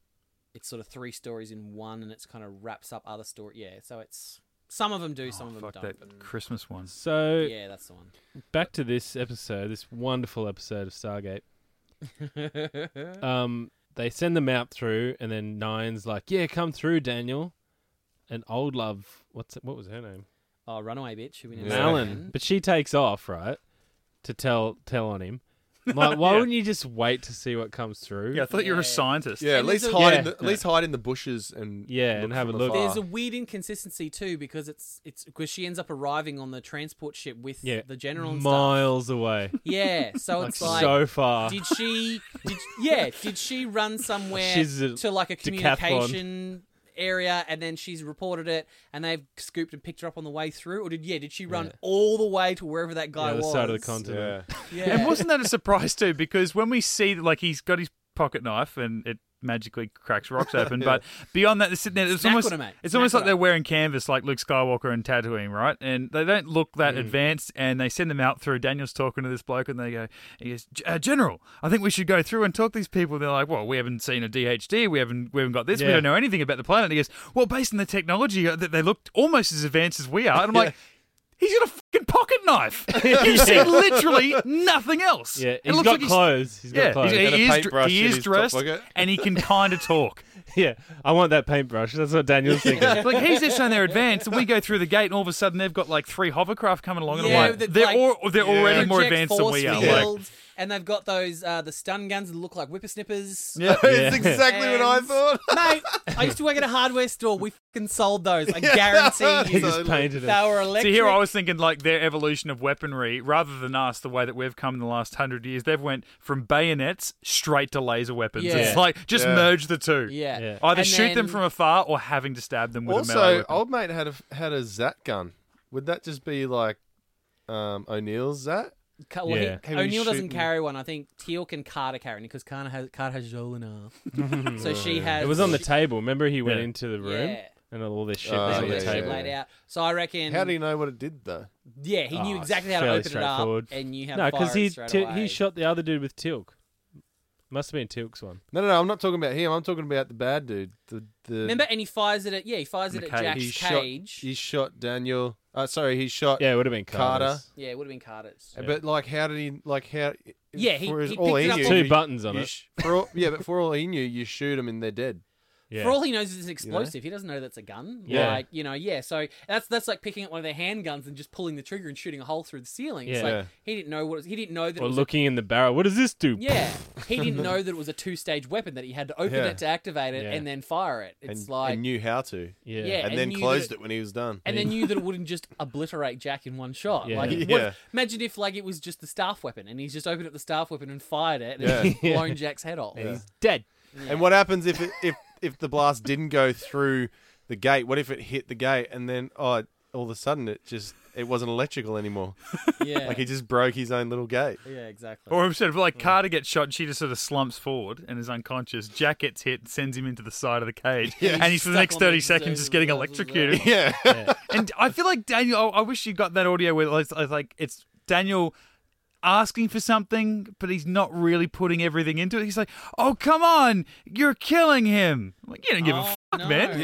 Speaker 2: it's sort of three stories in one and it's kind of wraps up other story. Yeah, so it's some of them do, some of them
Speaker 1: Oh, Fuck
Speaker 2: don't.
Speaker 1: that Christmas one.
Speaker 3: So
Speaker 2: But yeah, that's the one.
Speaker 3: back to this episode, this wonderful episode of Stargate. Um, they send them out through, and then Nine's like, "Yeah, come through, Daniel." And old love, what's it, what was her name?
Speaker 2: oh, runaway bitch. Who we never
Speaker 4: Yeah.
Speaker 3: Malin.
Speaker 2: mentioned.
Speaker 3: But she takes off right to tell tell on him. I'm like, why wouldn't you just wait to see what comes through?
Speaker 1: Yeah, I thought you were
Speaker 2: Yeah.
Speaker 1: a scientist.
Speaker 4: Yeah, at
Speaker 2: And
Speaker 4: least
Speaker 2: there's a-
Speaker 4: hide
Speaker 3: Yeah.
Speaker 4: in the, at least hide in the bushes and
Speaker 3: Yeah, and have a
Speaker 4: from
Speaker 3: look.
Speaker 4: afar.
Speaker 2: There's a weird inconsistency too because it's it's because she ends up arriving on the transport ship with
Speaker 3: Yeah,
Speaker 2: the general and stuff.
Speaker 3: miles away,
Speaker 2: Yeah, so
Speaker 3: like,
Speaker 2: it's like
Speaker 3: so far.
Speaker 2: did she did yeah did she run somewhere
Speaker 3: She's a
Speaker 2: to like a
Speaker 3: decathlon.
Speaker 2: communication area and then she's reported it and they've scooped and picked her up on the way through or did yeah did she run
Speaker 3: Yeah.
Speaker 2: all the way to wherever that
Speaker 3: the
Speaker 2: guy
Speaker 3: other
Speaker 2: was
Speaker 3: side of the
Speaker 4: Yeah.
Speaker 3: continent.
Speaker 2: yeah
Speaker 1: And wasn't that a surprise too? Because when we see that, like he's got his pocket knife and it magically cracks rocks open, but beyond that, they're sitting there. It's
Speaker 2: Snack
Speaker 1: almost
Speaker 2: order, mate.
Speaker 1: it's
Speaker 2: Snack
Speaker 1: almost like
Speaker 2: order.
Speaker 1: they're wearing canvas, like Luke Skywalker and Tatooine, right? And they don't look that
Speaker 2: Mm.
Speaker 1: advanced. And they send them out through. Daniel's talking to this bloke, and they go, "He goes, "G- uh, General, I think we should go through and talk to these people." they're like, "Well, we haven't seen a DHD. We haven't we haven't got this. We
Speaker 3: Yeah.
Speaker 1: don't know anything about the planet." And he goes, "Well, based on the technology, uh, that they looked almost as advanced as we are." And I'm like. He's got a fucking pocket knife. You see literally nothing else.
Speaker 3: Yeah,
Speaker 1: It
Speaker 3: he's
Speaker 1: looks
Speaker 3: got
Speaker 1: like
Speaker 3: clothes. he's
Speaker 1: yeah,
Speaker 3: got clothes.
Speaker 1: he's-
Speaker 4: Got a
Speaker 1: he, is, dr-
Speaker 4: paintbrush
Speaker 1: he
Speaker 4: in
Speaker 1: is
Speaker 4: his top
Speaker 1: dressed
Speaker 4: pocket.
Speaker 1: and he can kind of talk.
Speaker 3: Yeah, I want that paintbrush. That's what Daniel's thinking.
Speaker 1: Like he's just showing their advance, and we go through the gate, and all of a sudden they've got like three hovercraft coming along, and
Speaker 2: Yeah,
Speaker 1: I'm like,
Speaker 2: that,
Speaker 1: they're
Speaker 2: like,
Speaker 1: al- they're already more
Speaker 2: Project
Speaker 1: advanced than
Speaker 2: force
Speaker 1: we are.
Speaker 4: field.
Speaker 1: Like,
Speaker 2: fields, and they've got those uh, the stun guns that look like whippersnippers
Speaker 1: yeah.
Speaker 4: It's exactly what I
Speaker 2: And-
Speaker 4: thought.
Speaker 2: mate I used to work at a hardware store we fucking sold those I guarantee
Speaker 3: he
Speaker 2: you
Speaker 3: just painted it.
Speaker 2: they were electric
Speaker 1: See here, I was thinking like their evolution of weaponry, rather than us, the way that we've come in the last hundred years, they've went from bayonets straight to laser weapons.
Speaker 2: Yeah.
Speaker 1: It's like just
Speaker 4: Yeah.
Speaker 1: merge the two.
Speaker 2: yeah,
Speaker 3: Yeah.
Speaker 1: Either
Speaker 2: And
Speaker 1: shoot them
Speaker 2: then-
Speaker 1: from afar or having to stab them with a melee
Speaker 4: Also,
Speaker 1: weapon.
Speaker 4: old mate had a had a Zat gun. Would that just be like um, O'Neill's Zat?
Speaker 2: Ca- well,
Speaker 3: Yeah.
Speaker 2: he,
Speaker 4: Who he's
Speaker 2: O'Neill doesn't
Speaker 4: shooting.
Speaker 2: carry one. I think Teal'c and Carter carry one because Carter has Carter has Jolina. so she has.
Speaker 3: It was on the
Speaker 2: she-
Speaker 3: table. Remember, he went
Speaker 1: Yeah.
Speaker 3: into the room
Speaker 2: Yeah.
Speaker 3: and all this shit
Speaker 4: Oh,
Speaker 3: was
Speaker 2: there's
Speaker 3: on
Speaker 2: all
Speaker 3: the
Speaker 2: that
Speaker 4: yeah,
Speaker 2: shit
Speaker 3: table.
Speaker 4: yeah.
Speaker 2: laid out. So I reckon.
Speaker 4: How do you know what it did though?
Speaker 2: Yeah, he
Speaker 3: Oh,
Speaker 2: knew
Speaker 3: it's
Speaker 2: exactly how to
Speaker 3: fairly
Speaker 2: open it up,
Speaker 3: straightforward.
Speaker 2: and you have
Speaker 3: No,
Speaker 2: because
Speaker 3: he
Speaker 2: straight
Speaker 3: Til-
Speaker 2: away.
Speaker 3: he shot the other dude with Tilk. Must have been Tilk's one.
Speaker 4: No, no, no. I'm not talking about him. I'm talking about the bad dude. The the
Speaker 2: Remember, and he fires it at yeah, he fires it
Speaker 1: The
Speaker 2: at
Speaker 1: cage.
Speaker 2: Jack's
Speaker 4: he shot,
Speaker 2: cage.
Speaker 4: he shot Daniel. Uh, sorry, he shot.
Speaker 3: Yeah, it would have been
Speaker 4: Carter.
Speaker 3: Carter's.
Speaker 2: yeah, it would have been Carter's.
Speaker 4: But like, how did he? Like how?
Speaker 2: Yeah, he-
Speaker 4: for his-
Speaker 2: he
Speaker 4: all
Speaker 2: picked it up
Speaker 4: knew,
Speaker 2: on-
Speaker 3: Two
Speaker 4: you-
Speaker 3: buttons on
Speaker 4: you
Speaker 3: it.
Speaker 4: sh- for all, yeah, but for all he knew, you shoot him and they're dead.
Speaker 3: Yeah.
Speaker 2: For all he knows, it's an explosive. He doesn't know that's a gun.
Speaker 3: Yeah.
Speaker 2: Like, you know, yeah. So that's that's like picking up one of their handguns and just pulling the trigger and shooting a hole through the ceiling. It's
Speaker 3: Yeah.
Speaker 2: like
Speaker 4: Yeah.
Speaker 2: he didn't know what it was, he didn't know that. it
Speaker 3: or
Speaker 2: was a
Speaker 3: looking in the barrel. What does this do?
Speaker 2: Yeah, he didn't know that it was a two-stage weapon that he had to open
Speaker 4: Yeah.
Speaker 2: it to activate it
Speaker 3: Yeah.
Speaker 2: and then fire it. It's
Speaker 4: and,
Speaker 2: like
Speaker 4: and knew how to.
Speaker 3: Yeah.
Speaker 2: Yeah.
Speaker 4: And,
Speaker 2: and
Speaker 4: then
Speaker 2: knew
Speaker 4: closed
Speaker 2: that-
Speaker 4: it when he was done.
Speaker 2: and then knew that it wouldn't just obliterate Jack in one shot.
Speaker 3: Yeah.
Speaker 2: Like, what-
Speaker 4: Yeah.
Speaker 2: imagine if like it was just the staff weapon and he's just opened up the staff weapon and fired it and
Speaker 4: Yeah.
Speaker 2: it's blown Jack's head off.
Speaker 3: He's dead.
Speaker 4: And what happens if it, if if the blast didn't go through the gate? What if it hit the gate and then oh, all of a sudden it just it wasn't electrical anymore?
Speaker 2: Yeah,
Speaker 4: Like he just broke his own little gate.
Speaker 2: yeah, exactly.
Speaker 1: Or instead of like Carter gets shot and she just sort of slumps forward and is unconscious. Jack gets hit and sends him into the side of the cage. And he's for the
Speaker 2: Stuck
Speaker 1: next
Speaker 2: on the
Speaker 1: 30 seconds
Speaker 2: scissors
Speaker 1: just getting
Speaker 2: and-
Speaker 1: electrocuted.
Speaker 4: Yeah.
Speaker 1: and I feel like Daniel, I I wish you got that audio where it's it's like it's Daniel asking for something, but he's not really putting everything into it. He's like, oh, come on, you're killing him. I'm like, you don't give a
Speaker 2: Oh,
Speaker 1: fuck,
Speaker 2: no.
Speaker 1: man.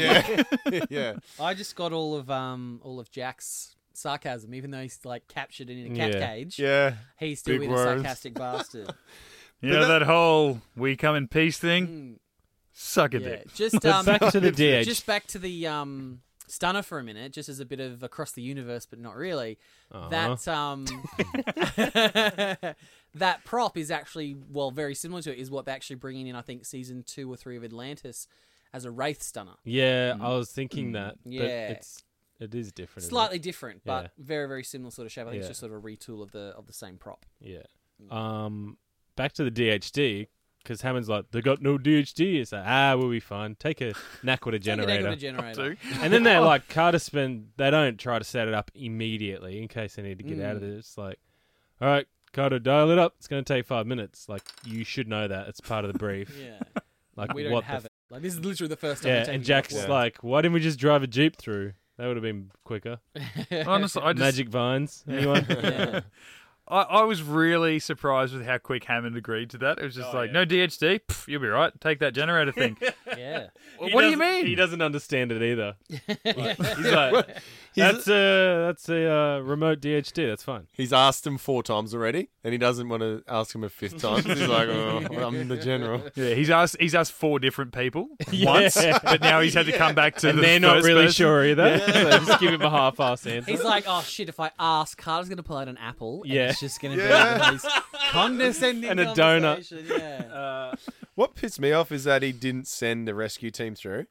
Speaker 4: Yeah. yeah.
Speaker 2: I just got all of um all of Jack's sarcasm, even though he's like captured in a cat
Speaker 3: Yeah.
Speaker 2: cage.
Speaker 4: Yeah.
Speaker 2: He's still
Speaker 4: Big
Speaker 2: being a
Speaker 4: words.
Speaker 2: sarcastic bastard.
Speaker 1: You know that whole we come
Speaker 2: Mm.
Speaker 1: in peace thing? Suck a
Speaker 2: yeah,
Speaker 1: dick.
Speaker 2: just
Speaker 3: But
Speaker 2: um,
Speaker 3: back to the DH.
Speaker 2: just back to the um Stunner for a minute, just as a bit of across the universe, but not really.
Speaker 3: Uh-huh.
Speaker 2: That um, that prop is actually well very similar to it is what they're actually bringing in. I think season two or three of Atlantis as a wraith stunner,
Speaker 3: Yeah, I was
Speaker 4: Mm.
Speaker 3: thinking that. But
Speaker 2: Yeah.
Speaker 3: it's it is different. isn't it?
Speaker 2: slightly different, but
Speaker 3: Yeah.
Speaker 2: very very similar sort of shape. I think
Speaker 3: Yeah.
Speaker 2: it's just sort of a retool of the of the same prop.
Speaker 3: Yeah.
Speaker 2: Mm.
Speaker 3: Um, back to the DHD because Hammond's like, they got no DHD. It's like, ah, we'll be fine. Take a knack with a
Speaker 2: Take a
Speaker 3: generator.
Speaker 2: negative generator.
Speaker 3: and then they're like, Carter spend. They don't try to set it up immediately in case they need to get out of
Speaker 2: Mm.
Speaker 3: it. It's like, all right, Carter, dial it up. It's going to take five minutes. Like, you should know that. It's part of the brief.
Speaker 2: Yeah,
Speaker 3: Like,
Speaker 2: we don't
Speaker 3: what
Speaker 2: have
Speaker 3: the
Speaker 2: it. Like this is literally the first
Speaker 3: f-
Speaker 2: time.
Speaker 3: Yeah, and Jack's like, why didn't we just drive a jeep through? That would have been quicker.
Speaker 1: Honestly, I just
Speaker 3: Magic vines. Anyone?
Speaker 1: I, I was really surprised with how quick Hammond agreed to that. It was just
Speaker 2: Oh,
Speaker 1: like, no DHD, pff, you'll be right. Take that generator thing.
Speaker 2: yeah.
Speaker 1: what
Speaker 3: He
Speaker 1: do you
Speaker 3: doesn't-
Speaker 1: mean?
Speaker 3: He doesn't understand it either. Like, he's like, that's a that's a uh, remote DHD. That's fine.
Speaker 4: He's asked him four times already, and he doesn't want to ask him a fifth time. He's like, oh, I'm the general.
Speaker 1: Yeah, he's asked. He's asked four different people once, but now he's had to come back to.
Speaker 3: And
Speaker 1: the
Speaker 3: they're not
Speaker 1: first
Speaker 3: really
Speaker 1: person.
Speaker 3: sure either. So just give him a half-ass answer.
Speaker 2: He's like, oh shit, if I ask, Carter's going to pull out an apple. And
Speaker 3: Yeah.
Speaker 2: It's just going to be one of these condescending
Speaker 3: And a donut.
Speaker 2: conversation,
Speaker 3: Uh,
Speaker 2: Yeah.
Speaker 4: What pissed me off is that he didn't send the rescue team through.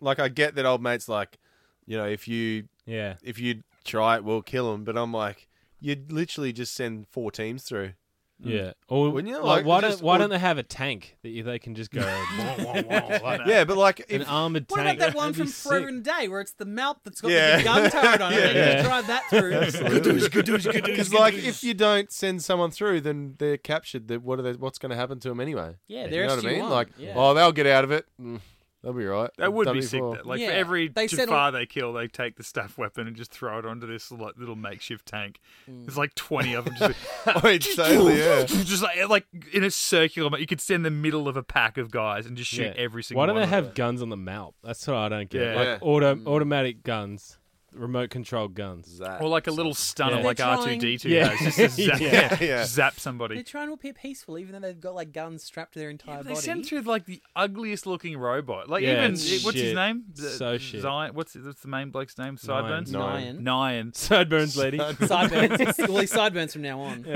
Speaker 4: Like, I get that old mate's like, you know, if you
Speaker 3: yeah,
Speaker 4: if you try it, we'll kill him. But I'm like, you'd literally just send four teams through.
Speaker 3: yeah. Or
Speaker 4: Wouldn't you?
Speaker 3: like,
Speaker 4: Like,
Speaker 3: why
Speaker 4: just-
Speaker 3: don't why
Speaker 4: or-
Speaker 3: don't they have a tank that you, they can just go wah, wah, wah, like that?
Speaker 4: Yeah, but like,
Speaker 3: an
Speaker 4: if,
Speaker 3: armored
Speaker 2: What
Speaker 3: tank?
Speaker 2: about that one
Speaker 3: That'd
Speaker 2: from
Speaker 3: be
Speaker 2: Forever
Speaker 3: sick.
Speaker 2: and a Day where it's the mouth that's got
Speaker 4: Yeah.
Speaker 2: the gun turret on it? and
Speaker 3: Yeah.
Speaker 2: You just drive that through.
Speaker 4: because like, if you don't send someone through, then they're captured. Then what are they? What's going to happen to them anyway?
Speaker 2: Yeah,
Speaker 4: you
Speaker 2: they're
Speaker 4: know what I mean.
Speaker 2: SG-1,
Speaker 4: Like,
Speaker 2: yeah.
Speaker 4: oh, they'll get out of it. Mm, they'll be right.
Speaker 1: That would
Speaker 4: Done
Speaker 1: be sick.
Speaker 4: before.
Speaker 1: That, like
Speaker 2: Yeah.
Speaker 1: for every
Speaker 2: They said
Speaker 1: Jafar
Speaker 2: all-
Speaker 1: they kill, they take the staff weapon and just throw it onto this like, little makeshift tank.
Speaker 3: Mm.
Speaker 1: There's like twenty of them, just,
Speaker 4: Oh, it's totally, yeah.
Speaker 1: just like, like in a circular. You could send the middle of a pack of guys and just shoot
Speaker 3: Yeah.
Speaker 1: every single.
Speaker 3: Why don't
Speaker 1: one
Speaker 3: they
Speaker 1: of
Speaker 3: have
Speaker 1: them.
Speaker 3: guns on the mount? That's what I don't get.
Speaker 1: Yeah.
Speaker 3: Like
Speaker 4: Yeah.
Speaker 3: auto automatic guns, remote controlled guns.
Speaker 1: Or like a little stunner,
Speaker 3: Yeah.
Speaker 1: like
Speaker 2: They're
Speaker 1: R two
Speaker 2: trying-
Speaker 1: D two
Speaker 3: Yeah.
Speaker 1: has, just to zap,
Speaker 3: Yeah.
Speaker 4: Yeah.
Speaker 1: zap
Speaker 2: They're
Speaker 1: somebody.
Speaker 2: trying to appear peaceful, even though they've got like guns strapped to their entire
Speaker 1: They
Speaker 2: body.
Speaker 1: send through like the ugliest looking robot. Like
Speaker 3: Yeah,
Speaker 1: even
Speaker 3: it's
Speaker 1: what's
Speaker 3: shit.
Speaker 1: his name?
Speaker 3: So shit.
Speaker 1: Zion. What's, what's the main bloke's name? Sideburns.
Speaker 2: Nyan.
Speaker 1: Nyan.
Speaker 3: Sideburns lady.
Speaker 2: Sideburns. well, he's sideburns from now on.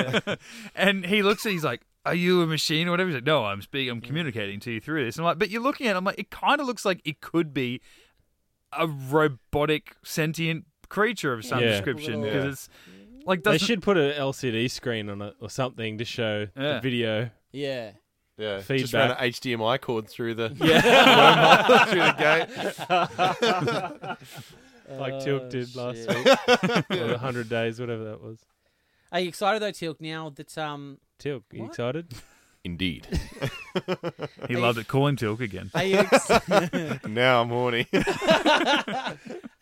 Speaker 1: And he looks at he's like, Are you a machine or whatever? He's like, No, I'm speaking I'm communicating to you through this. And I'm like, but you're looking at it, I'm like, it kinda looks like it could be a robotic sentient creature of some
Speaker 3: Yeah.
Speaker 1: description.
Speaker 2: Little-
Speaker 1: Because
Speaker 4: Yeah.
Speaker 1: it's like
Speaker 3: They
Speaker 1: doesn't
Speaker 3: should put an LCD screen on it or something to show the
Speaker 1: Yeah.
Speaker 3: video.
Speaker 2: Yeah.
Speaker 4: Yeah, just ran an
Speaker 3: Feedback.
Speaker 4: HDMI cord through the through the gate.
Speaker 3: like Tilk did last week. or 100 days, whatever that was.
Speaker 2: Are you excited though, Tilk? Now that um,
Speaker 3: Tilk, you
Speaker 2: What?
Speaker 3: excited?
Speaker 4: Indeed.
Speaker 1: he loved it. Call him Tilk again.
Speaker 2: are you ex- are
Speaker 4: now I'm horny.
Speaker 2: you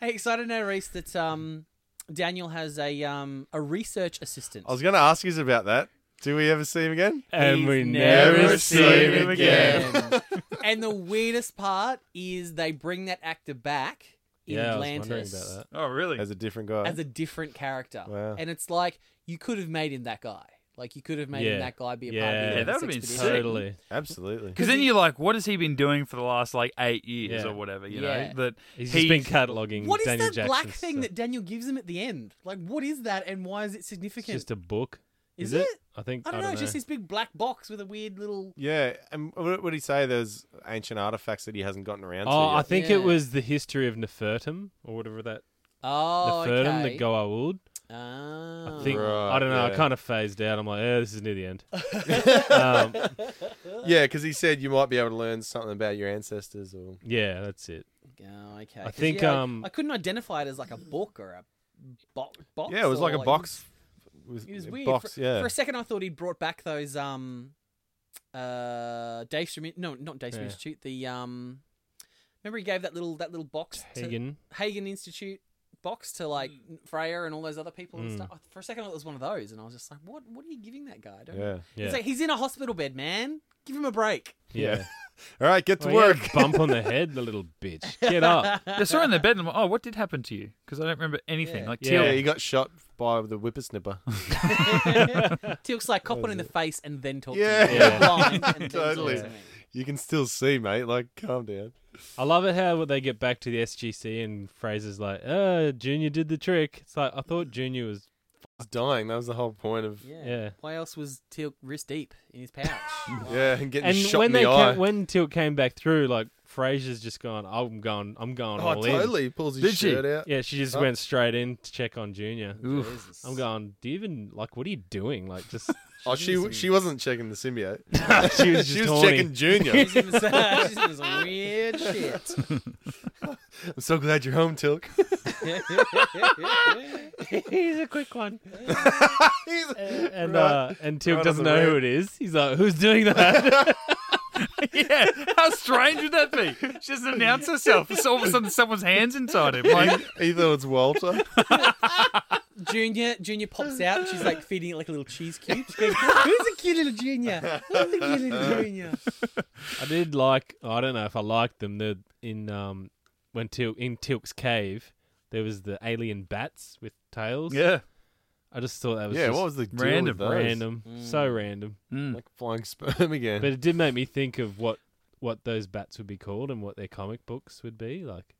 Speaker 2: excited now, Reese? That um, Daniel has a um a research assistant.
Speaker 4: I was going to ask you about that. Do we ever see him again?
Speaker 3: And we
Speaker 2: He's
Speaker 3: never,
Speaker 4: never
Speaker 3: see
Speaker 4: seen
Speaker 3: him
Speaker 4: him
Speaker 3: again.
Speaker 2: and the weirdest part is they bring that actor back in
Speaker 3: Yeah, I was
Speaker 2: Atlantis
Speaker 3: wondering about that.
Speaker 1: Oh really?
Speaker 4: As a different guy.
Speaker 2: as a different character.
Speaker 4: Wow.
Speaker 2: And it's like you could have made him that guy. Like you could have made
Speaker 3: Yeah.
Speaker 2: him that guy be a part
Speaker 3: Yeah.
Speaker 2: of the
Speaker 3: Yeah,
Speaker 1: that
Speaker 2: Atlantis
Speaker 1: would've been
Speaker 2: expedition.
Speaker 1: sick.
Speaker 3: Totally.
Speaker 4: Absolutely.
Speaker 1: Because then you're like, what has he been doing for the last like eight years
Speaker 3: Yeah.
Speaker 1: or whatever? You
Speaker 2: Yeah.
Speaker 1: know that
Speaker 3: He's
Speaker 1: he-
Speaker 3: just been cataloguing
Speaker 2: What is
Speaker 3: Daniel
Speaker 2: that black
Speaker 3: Jackson's
Speaker 2: thing
Speaker 3: stuff.
Speaker 2: that Daniel gives him at the end? Like what is that and why is it
Speaker 3: It's
Speaker 2: significant?
Speaker 3: just a book.
Speaker 2: Is
Speaker 3: it?
Speaker 2: it?
Speaker 3: I think.
Speaker 2: I don't, know, it's just this big black box with a weird little
Speaker 4: Yeah, and what would he say? There's ancient artifacts that he hasn't gotten around
Speaker 3: Oh,
Speaker 4: to
Speaker 3: I
Speaker 4: yet.
Speaker 3: think
Speaker 2: Yeah.
Speaker 3: it was the history of Nefertum or whatever that
Speaker 2: Oh,
Speaker 3: Nefertum,
Speaker 2: okay.
Speaker 3: the Goa'uld.
Speaker 2: Ah.
Speaker 3: I think
Speaker 4: Right,
Speaker 3: I don't know. I
Speaker 4: yeah.
Speaker 3: kind of phased out. I'm like, yeah, this is near the end. Um,
Speaker 4: Yeah, because he said you might be able to learn something about your ancestors. Or
Speaker 3: Yeah, that's it.
Speaker 2: Oh, okay.
Speaker 3: I
Speaker 2: 'Cause,
Speaker 3: think,
Speaker 2: yeah,
Speaker 3: um,
Speaker 2: I couldn't identify it as like a book or a bo- box.
Speaker 4: yeah, it was
Speaker 2: or,
Speaker 4: like a box. With,
Speaker 2: It was
Speaker 4: a
Speaker 2: weird.
Speaker 4: Box,
Speaker 2: for,
Speaker 4: yeah.
Speaker 2: for a second, I thought he brought back those um, uh, Daystrom. No, not Daystrom
Speaker 3: Yeah.
Speaker 2: Institute. The um, remember he gave that little that little box
Speaker 3: Hagen.
Speaker 2: to Hagen Institute box to like
Speaker 4: Hmm.
Speaker 2: Freya and all those other people
Speaker 3: Hmm.
Speaker 2: and stuff. For a second, I thought it was one of those, and I was just like, "What? What are you giving that guy?" I don't know.
Speaker 4: yeah.
Speaker 3: Yeah.
Speaker 2: It's like he's in a hospital bed, man. Give him a break.
Speaker 3: yeah.
Speaker 4: All right, get to
Speaker 3: Well, he
Speaker 4: work.
Speaker 3: had a bump on the head, the little bitch. Get up.
Speaker 1: they saw her in the bed and I'm like, oh, what did happen to you? Because I don't remember anything.
Speaker 2: Yeah.
Speaker 1: Like,
Speaker 4: Yeah,
Speaker 1: Teal,
Speaker 4: he got shot by the whippersnipper.
Speaker 2: Tilk's like cop one in the face and then talk
Speaker 4: Yeah.
Speaker 2: to me.
Speaker 3: Yeah.
Speaker 2: Blind and then talk
Speaker 4: Totally.
Speaker 2: to me.
Speaker 4: You can still see, mate. Like, calm down.
Speaker 3: I love it how they get back to the SGC and phrases like, "Uh, Junior did the trick." It's like I thought Junior was.
Speaker 4: He's dying. That was the whole point of yeah,
Speaker 2: Yeah.
Speaker 3: Yeah.
Speaker 2: Why else was Teal wrist deep in his pouch?
Speaker 4: and getting
Speaker 3: And
Speaker 4: shot
Speaker 3: when
Speaker 4: in the
Speaker 3: they
Speaker 4: eye.
Speaker 3: came, when Tilt came back through, like Frasier's just gone. I'm going. I'm going
Speaker 4: oh,
Speaker 3: all
Speaker 4: totally. He pulls his
Speaker 1: Did she?
Speaker 4: shirt out.
Speaker 3: in. Yeah, she just
Speaker 4: Oh.
Speaker 3: went straight in to check on Junior.
Speaker 2: Jesus.
Speaker 3: I'm going. Do you even like? What are you doing? Like, just
Speaker 4: Oh, she she wasn't checking the symbiote.
Speaker 3: she was just
Speaker 4: she was
Speaker 3: horny.
Speaker 4: checking Junior.
Speaker 2: She's even saying- she's even some weird shit.
Speaker 4: I'm so glad you're home, Tilk.
Speaker 3: He's a quick one.
Speaker 4: He's-
Speaker 3: And
Speaker 4: Right.
Speaker 3: uh, and Tilt
Speaker 4: Right on
Speaker 3: doesn't
Speaker 4: the
Speaker 3: know who
Speaker 4: rib.
Speaker 3: it is. He's like, who's doing that?
Speaker 1: yeah, how strange would that be? She doesn't announce herself. It's all of a sudden someone's hands inside him. Like,
Speaker 4: he thought it's Walter.
Speaker 2: Junior, Junior pops out and she's like feeding it like a little cheese cube. She's going, Who's a cute little Junior? Who's a cute little Junior?
Speaker 3: I did like. I don't know if I liked them. The in um when Tilt in Tilk's cave, there was the alien bats with tails.
Speaker 1: yeah,
Speaker 3: I just thought that was
Speaker 4: yeah,
Speaker 3: just
Speaker 4: what was the deal with
Speaker 1: Random,
Speaker 4: those?
Speaker 3: random,
Speaker 1: Mm.
Speaker 3: so random.
Speaker 1: hmm.
Speaker 4: Like flying sperm again.
Speaker 3: But it did make me think of what what those bats would be called and what their comic books would be like.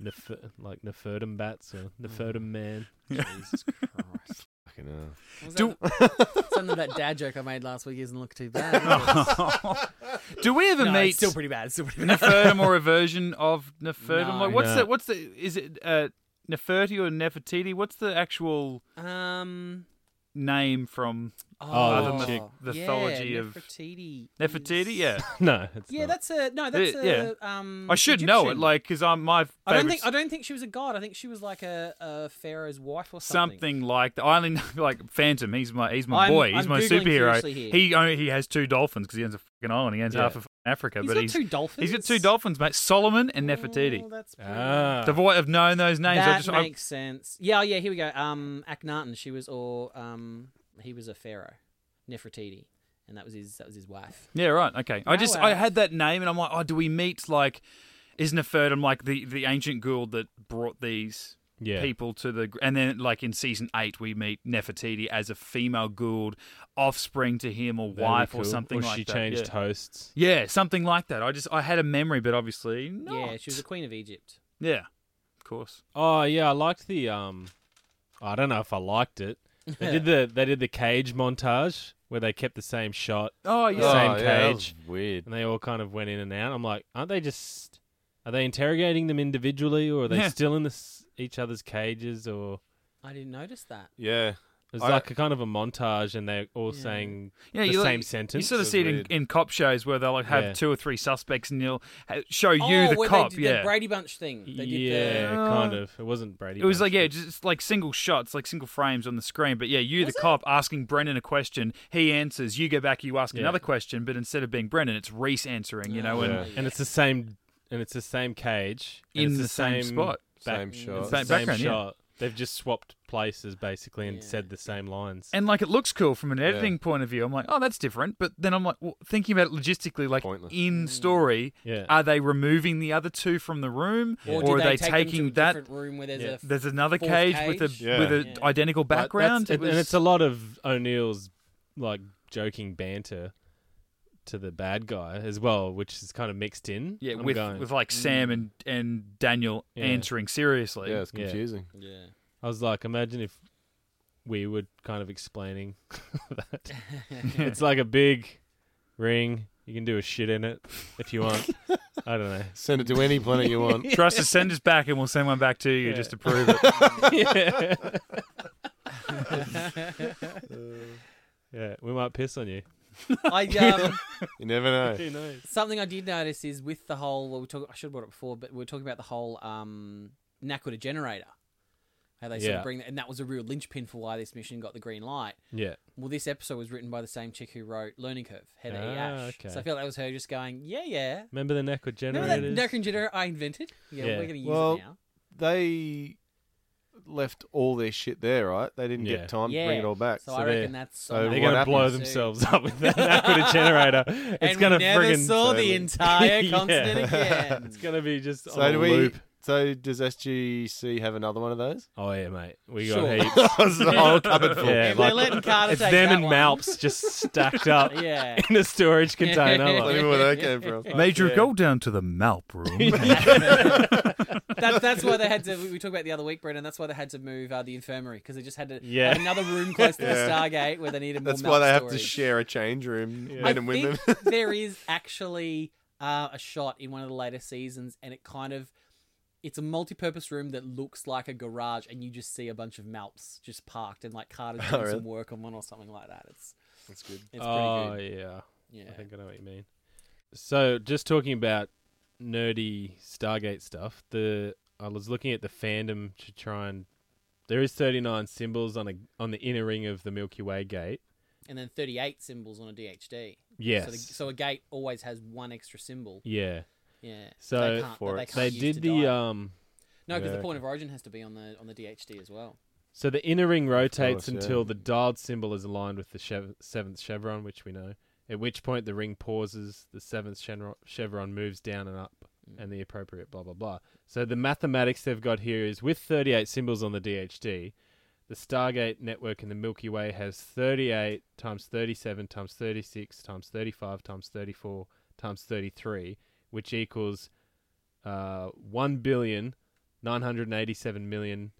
Speaker 3: Nefer, like Nefertum bats
Speaker 1: Mm.
Speaker 3: or Nefertum man.
Speaker 2: Jesus Christ.
Speaker 4: Fucking hell.
Speaker 2: Was
Speaker 1: Do-
Speaker 2: that- Something about dad joke I made last week isn't look too bad.
Speaker 1: Oh,
Speaker 2: is it?
Speaker 1: do we ever
Speaker 2: no,
Speaker 1: meet
Speaker 2: it's still pretty bad. It's still pretty bad.
Speaker 1: Nefertum or a version of Nefertum?
Speaker 2: No.
Speaker 1: like, what's
Speaker 3: No.
Speaker 1: the what's the is it uh, Neferti or Nefertiti? What's the actual
Speaker 2: Um.
Speaker 1: name from
Speaker 3: Oh,
Speaker 1: the
Speaker 2: oh,
Speaker 1: chick mythology
Speaker 2: yeah,
Speaker 1: of-
Speaker 2: Nefertiti.
Speaker 1: Nefertiti?
Speaker 2: is-
Speaker 1: Yeah,
Speaker 3: no, it's
Speaker 2: Yeah,
Speaker 3: not.
Speaker 2: that's a no. That's
Speaker 1: Yeah.
Speaker 2: a um.
Speaker 1: I should know it,
Speaker 2: Egyptian.
Speaker 1: like, because I'm my favorite.
Speaker 2: I don't think I don't think she was a god. I think she was like a, a pharaoh's wife or something.
Speaker 1: something like that. I only know, like Phantom. He's my he's my
Speaker 2: I'm-
Speaker 1: boy. He's
Speaker 2: I'm
Speaker 1: my
Speaker 2: Googling
Speaker 1: superhero.
Speaker 2: furiously here.
Speaker 1: He only, he has two dolphins because he owns a fucking island. He owns
Speaker 3: Yeah.
Speaker 1: half of fucking Africa.
Speaker 2: He's
Speaker 1: but
Speaker 2: got
Speaker 1: he's
Speaker 2: two dolphins.
Speaker 1: he's got two dolphins, mate. Solomon and Nefertiti.
Speaker 2: Oh, that's pretty-
Speaker 3: ah.
Speaker 1: to avoid of knowing those names,
Speaker 2: that
Speaker 1: I just
Speaker 2: makes sense. Yeah, oh, yeah. Here we go. Um, Akhenaten. She was, or um, he was a pharaoh, Nefertiti, and that was his. That was his wife.
Speaker 1: I, yeah, right, okay. I just I
Speaker 2: Wow.
Speaker 1: had that name, and I'm like, oh, do we meet like? Is Nefertum like the the ancient guild that brought these
Speaker 3: yeah.
Speaker 1: people to the and then like in season eight we meet Nefertiti as a female Gould, offspring to him or
Speaker 3: That'd be
Speaker 1: wife
Speaker 3: cool.
Speaker 1: or something
Speaker 3: or
Speaker 1: like
Speaker 3: she
Speaker 1: that.
Speaker 3: changed
Speaker 1: yeah.
Speaker 3: hosts.
Speaker 1: Yeah, something like that. I just I had a memory, but obviously not.
Speaker 2: Yeah, she was the queen of Egypt.
Speaker 1: yeah, of course.
Speaker 3: Oh yeah, I liked the um. I don't know if I liked it. They did the they did the cage montage where they kept the same shot
Speaker 1: Oh
Speaker 3: The yeah. same
Speaker 4: Oh, that was
Speaker 3: cage.
Speaker 4: weird.
Speaker 3: and they all kind of went in and out. I'm like, aren't they just are they interrogating them individually or are they
Speaker 1: Yeah.
Speaker 3: still in this, each other's cages or
Speaker 2: I didn't notice that.
Speaker 4: Yeah.
Speaker 3: It's
Speaker 4: I-
Speaker 3: like a kind of a montage, and they're all saying
Speaker 1: Yeah,
Speaker 3: the
Speaker 1: you
Speaker 3: same
Speaker 1: like, You
Speaker 3: sentence.
Speaker 1: sort of
Speaker 4: That's
Speaker 1: see it in,
Speaker 4: weird.
Speaker 1: in cop shows where they'll like have
Speaker 3: Yeah.
Speaker 1: two or three suspects and they'll ha- show you
Speaker 2: oh,
Speaker 1: the
Speaker 2: where
Speaker 1: cop.
Speaker 2: They did
Speaker 1: yeah,
Speaker 2: the Brady Bunch thing. They did
Speaker 3: yeah,
Speaker 2: the,
Speaker 3: kind of. It wasn't Brady.
Speaker 1: Uh, it was like
Speaker 3: Bunch,
Speaker 1: yeah,
Speaker 3: but-
Speaker 1: just like single shots, like single frames on the screen. But yeah, you
Speaker 2: Was
Speaker 1: the
Speaker 2: it?
Speaker 1: cop asking Brendan a question, he answers. You go back, you ask
Speaker 3: Yeah.
Speaker 1: another question, but instead of being Brendan, it's Reese answering. You know,
Speaker 2: Yeah.
Speaker 1: and
Speaker 3: and it's the same, and it's the same cage and
Speaker 1: In
Speaker 3: it's
Speaker 1: the same spot.
Speaker 4: Same shot.
Speaker 3: it's the
Speaker 1: Same background, yeah.
Speaker 3: shot. They've just swapped places basically and
Speaker 2: Yeah.
Speaker 3: said the same lines.
Speaker 1: and like it looks cool from an editing point of view. I'm like, oh, that's different. But then I'm like, well, thinking about it logistically, like
Speaker 4: Pointless.
Speaker 1: in
Speaker 2: Mm.
Speaker 1: story,
Speaker 3: Yeah.
Speaker 1: are they removing the other two from the room, or
Speaker 2: Or, did
Speaker 1: are
Speaker 2: they,
Speaker 1: they
Speaker 2: take
Speaker 1: taking
Speaker 2: them to a
Speaker 1: that?
Speaker 2: different room where there's
Speaker 3: Yeah.
Speaker 2: a
Speaker 1: There's another
Speaker 2: fourth
Speaker 1: cage, with a
Speaker 2: cage?
Speaker 4: Yeah.
Speaker 1: with an
Speaker 2: Yeah.
Speaker 1: identical
Speaker 3: Like, that's-
Speaker 1: background.
Speaker 3: it- and it's a lot of O'Neill's like joking banter to the bad guy as well, which is kind of mixed in.
Speaker 1: yeah,
Speaker 3: I'm
Speaker 1: with
Speaker 3: going,
Speaker 1: with like Sam and and Daniel
Speaker 3: Yeah.
Speaker 1: answering seriously.
Speaker 4: Yeah, it's
Speaker 3: Yeah.
Speaker 4: confusing.
Speaker 2: yeah.
Speaker 3: I was like, imagine if we were kind of explaining that. it's like a big ring. You can do a shit in it if you want. I don't know.
Speaker 4: Send it to any planet you want.
Speaker 1: Trust us, send us back, and we'll send one back to you just to prove it.
Speaker 3: yeah. yeah, we might piss on you.
Speaker 2: I um,
Speaker 4: You never know.
Speaker 3: Who knows?
Speaker 2: Something I did notice is with the whole. Well, we talk, I should have brought it before, but we are talking about the whole um, Nakoda generator. How they sort
Speaker 3: Yeah.
Speaker 2: of bring that, and that was a real linchpin for why this mission got the green light.
Speaker 3: Yeah.
Speaker 2: Well, this episode was written by the same chick who wrote Learning Curve, Heather E.
Speaker 3: Ah,
Speaker 2: Ash.
Speaker 3: okay.
Speaker 2: So I feel that was her just going, yeah, yeah.
Speaker 3: Remember the Neco
Speaker 2: Remember that
Speaker 3: generators?
Speaker 2: Nakoda generator I invented? Yeah,
Speaker 3: Yeah.
Speaker 2: we're going to use
Speaker 4: Well,
Speaker 2: it now.
Speaker 4: They left all their shit there, right? They didn't
Speaker 3: Yeah.
Speaker 4: get time
Speaker 2: yeah.
Speaker 4: to bring it all back.
Speaker 2: So, I
Speaker 3: they're-
Speaker 2: reckon that's.
Speaker 4: so
Speaker 2: on
Speaker 4: they're
Speaker 3: They're
Speaker 2: the
Speaker 4: What
Speaker 3: going to
Speaker 4: happened?
Speaker 3: blow
Speaker 2: soon.
Speaker 3: themselves up with that Nakoda generator. It's
Speaker 2: and
Speaker 3: going
Speaker 2: we
Speaker 3: to
Speaker 2: never
Speaker 3: friggin'
Speaker 2: saw
Speaker 4: totally-
Speaker 2: the entire
Speaker 3: Yeah.
Speaker 2: continent again.
Speaker 3: It's going to be just
Speaker 4: So
Speaker 3: on a
Speaker 4: do we
Speaker 3: loop.
Speaker 4: So does SGC have another one of those?
Speaker 3: Oh yeah, mate. We
Speaker 2: Sure.
Speaker 3: got heaps.
Speaker 4: It's the whole cupboard full.
Speaker 3: Yeah,
Speaker 2: If
Speaker 3: like,
Speaker 2: they're letting Carter
Speaker 3: it's
Speaker 2: take
Speaker 3: them
Speaker 2: that
Speaker 3: and
Speaker 2: one.
Speaker 3: Malps just stacked up
Speaker 2: Yeah.
Speaker 3: in a storage container.
Speaker 4: Tell
Speaker 3: like-
Speaker 4: me where that came from.
Speaker 1: Major, go down to the Malp room.
Speaker 2: That, that's why they had to. We we talked about the other week, Brendan. That's why they had to move uh, the infirmary because they just had to
Speaker 3: Yeah.
Speaker 2: have another room close to the
Speaker 4: Yeah.
Speaker 2: Stargate where they needed more.
Speaker 4: That's why
Speaker 2: milk
Speaker 4: they have to
Speaker 2: storage.
Speaker 4: share a change room,
Speaker 2: I
Speaker 4: men and women.
Speaker 2: think there is actually uh, a shot in one of the later seasons, and it kind of it's a multi-purpose room that looks like a garage, and you just see a bunch of malps just parked, and like Carter's doing
Speaker 4: Oh, really?
Speaker 2: some work on one or something like that. It's
Speaker 4: That's good.
Speaker 2: it's
Speaker 3: oh
Speaker 2: pretty good.
Speaker 3: yeah. I
Speaker 2: Yeah,
Speaker 3: think I know what you mean. So, just talking about nerdy Stargate stuff, the I was looking at the fandom to try and there is 39 symbols on a on the inner ring of the Milky Way gate.
Speaker 2: and then thirty-eight symbols on a DHD.
Speaker 3: Yes.
Speaker 2: So, the, so a gate always has one extra symbol.
Speaker 3: yeah.
Speaker 2: Yeah.
Speaker 3: So
Speaker 2: they can't,
Speaker 4: for
Speaker 2: they,
Speaker 4: it.
Speaker 2: can't
Speaker 3: They
Speaker 2: use to
Speaker 3: did the
Speaker 2: dial.
Speaker 3: um
Speaker 2: no, because
Speaker 4: Yeah,
Speaker 2: the point of origin has to be on the on the DHD as well.
Speaker 3: so the inner ring rotates
Speaker 4: course, yeah.
Speaker 3: until the dialed symbol is aligned with the chev- seventh chevron, which we know. At which point the ring pauses, the seventh chenro- chevron moves down and up,
Speaker 4: Mm.
Speaker 3: and the appropriate blah blah blah. So the mathematics they've got here is with 38 symbols on the DHD, the Stargate network in the Milky Way has 38 times 37 times 36 times 35 times 34 times 33, which equals uh, 1 billion 987 million.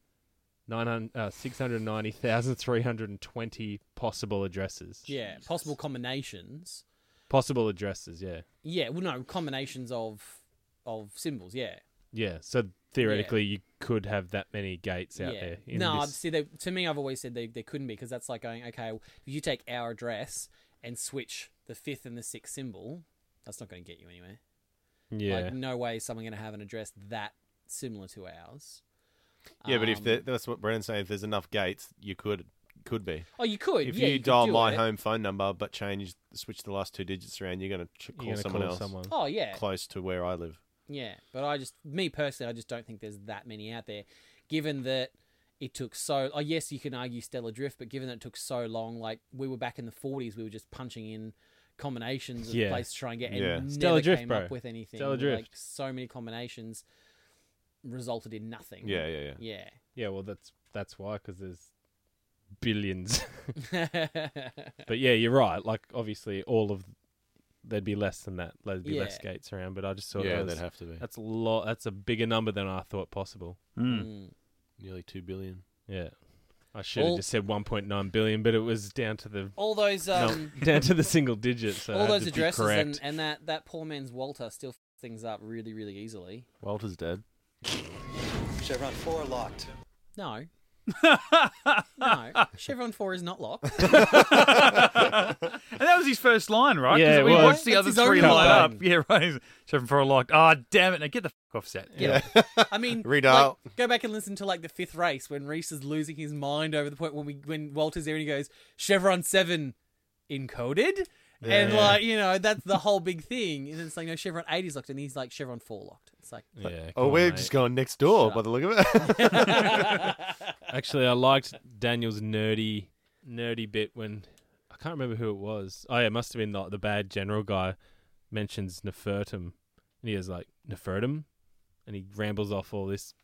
Speaker 3: 900, uh, 690,320 possible addresses.
Speaker 2: Yeah, possible combinations.
Speaker 3: Possible addresses, yeah.
Speaker 2: Yeah, well, no combinations of of symbols. Yeah,
Speaker 3: Yeah, so theoretically you could have that many gates out there. in
Speaker 2: no,
Speaker 3: this-
Speaker 2: see, they, to me, I've always said they, they couldn't be because that's like going, okay, well, if you take our address and switch the fifth and the sixth symbol, that's not going to get you anywhere.
Speaker 3: yeah.
Speaker 2: Like, no way is someone going to have an address that similar to ours.
Speaker 4: Yeah, but if
Speaker 2: Um,
Speaker 4: there- that's what Brennan's saying, if there's enough gates, you could could be.
Speaker 2: Oh, you could.
Speaker 4: If
Speaker 2: yeah,
Speaker 4: you
Speaker 2: could
Speaker 4: dial
Speaker 2: do
Speaker 4: my
Speaker 2: it.
Speaker 4: home phone number but change switch the last two digits around, you're going to
Speaker 3: You're
Speaker 4: call
Speaker 3: gonna
Speaker 4: someone
Speaker 3: call
Speaker 4: else
Speaker 3: someone.
Speaker 2: Oh, yeah.
Speaker 4: close to where I live.
Speaker 2: Yeah, but I just, me personally, I just don't think there's that many out there, given that it took so. Oh, yes, you can argue Stellar Drift, but given that it took so long, like we were back in the '40s, we were just punching in combinations of
Speaker 3: Yeah.
Speaker 2: places to try and get, and
Speaker 4: Yeah.
Speaker 2: never
Speaker 3: Stellar Drift,
Speaker 2: came
Speaker 3: bro.
Speaker 2: up with anything.
Speaker 3: Stellar
Speaker 2: Like
Speaker 3: Drift.
Speaker 2: so many combinations resulted in nothing.
Speaker 4: Yeah, yeah, yeah.
Speaker 2: Mm-hmm. yeah.
Speaker 3: Yeah, well that's that's why cuz there's billions.
Speaker 2: Yeah.
Speaker 3: but yeah, you're right. Like obviously all of there'd be less than that. There'd be less
Speaker 2: Yeah.
Speaker 3: gates around, but I just thought
Speaker 4: yeah,
Speaker 3: that
Speaker 4: they'd
Speaker 3: was,
Speaker 4: have to be.
Speaker 3: that's a lot that's a bigger number than I thought possible.
Speaker 1: Mm.
Speaker 2: Mm.
Speaker 4: Nearly 2 billion.
Speaker 3: Yeah. I should have
Speaker 2: All-
Speaker 3: just said 1.9 billion, but it was down to the
Speaker 2: All those, um,
Speaker 3: no, down to the single digits. So it
Speaker 2: all
Speaker 3: had
Speaker 2: those
Speaker 3: to be
Speaker 2: addresses
Speaker 3: correct.
Speaker 2: and, and that that poor man's Walter still f- things up really, really easily.
Speaker 4: Walter's dead.
Speaker 8: Chevron 4 locked.
Speaker 2: No. no. Chevron 4 is not locked.
Speaker 1: And that was his first line, right? 'Cause
Speaker 3: Yeah, it
Speaker 1: we
Speaker 3: was.
Speaker 1: watched the
Speaker 2: That's
Speaker 1: other
Speaker 2: his own
Speaker 1: three line
Speaker 2: line.
Speaker 1: up. Yeah, right. Chevron for a lock. Ah, damn it! Now get the fuck off set.
Speaker 2: Yeah. I mean,
Speaker 4: Read
Speaker 2: like,
Speaker 4: out.
Speaker 2: go back and listen to like the fifth race when Reese is losing his mind over the point when we when Walter's there and he goes Chevron Seven encoded, and like you know that's the whole big thing. And it's like no Chevron Eight is locked, and he's like Chevron Four locked. It's like
Speaker 3: Yeah, come
Speaker 4: Oh,
Speaker 3: on,
Speaker 4: we're
Speaker 3: mate.
Speaker 4: just going next door by the look of it.
Speaker 3: Actually, I liked Daniel's nerdy, nerdy bit when I can't remember who it was. Oh, yeah, it must have been the, the bad general guy mentions Nefertum, and he was like Nefertum, and he rambles off all this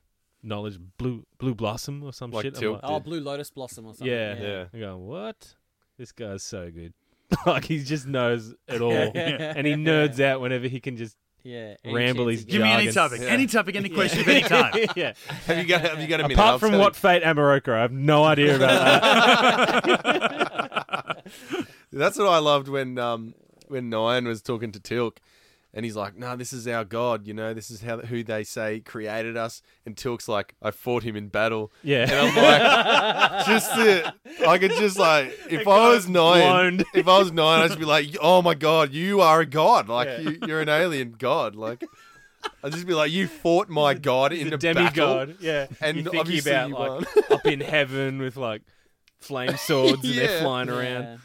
Speaker 3: knowledge, blue blue blossom or some
Speaker 4: Like
Speaker 3: shit. I'm
Speaker 4: Tilt
Speaker 3: like,
Speaker 2: oh Blue Lotus Blossom or something.
Speaker 3: yeah,
Speaker 4: Yeah.
Speaker 3: I'm going, what? This guy's so good. like he just knows it all, and he nerds out whenever he can. Just
Speaker 2: yeah. Any
Speaker 3: Ramble
Speaker 2: chance
Speaker 3: is
Speaker 2: he
Speaker 1: Give
Speaker 2: gets.
Speaker 1: me any
Speaker 3: Jargons.
Speaker 1: topic,
Speaker 4: Yeah.
Speaker 1: any topic, any question of any time.
Speaker 3: yeah.
Speaker 4: have you got Have you got a minute? I'll
Speaker 3: Apart from
Speaker 4: tell
Speaker 3: what fate Amaroka, I have no idea about that.
Speaker 4: you. That's what I loved when um when Nyan was talking to Tilk. And he's like, "No, this is our God. You know, this is how who they say created us." And Tilk's like, "I fought him in battle."
Speaker 3: Yeah.
Speaker 4: And I'm like, just the, I could just like, if I was nine,
Speaker 3: blown.
Speaker 4: if I was nine, I'd just be like, oh my god, you are a god, like
Speaker 3: Yeah.
Speaker 4: you, you're an alien god, like I'd just be like, you fought my god in a battle.
Speaker 3: demigod. Yeah,
Speaker 4: And
Speaker 3: you thinking
Speaker 4: obviously
Speaker 3: about
Speaker 4: you
Speaker 3: like up in heaven with like flame swords and
Speaker 4: Yeah.
Speaker 3: they're flying
Speaker 2: Yeah.
Speaker 3: around.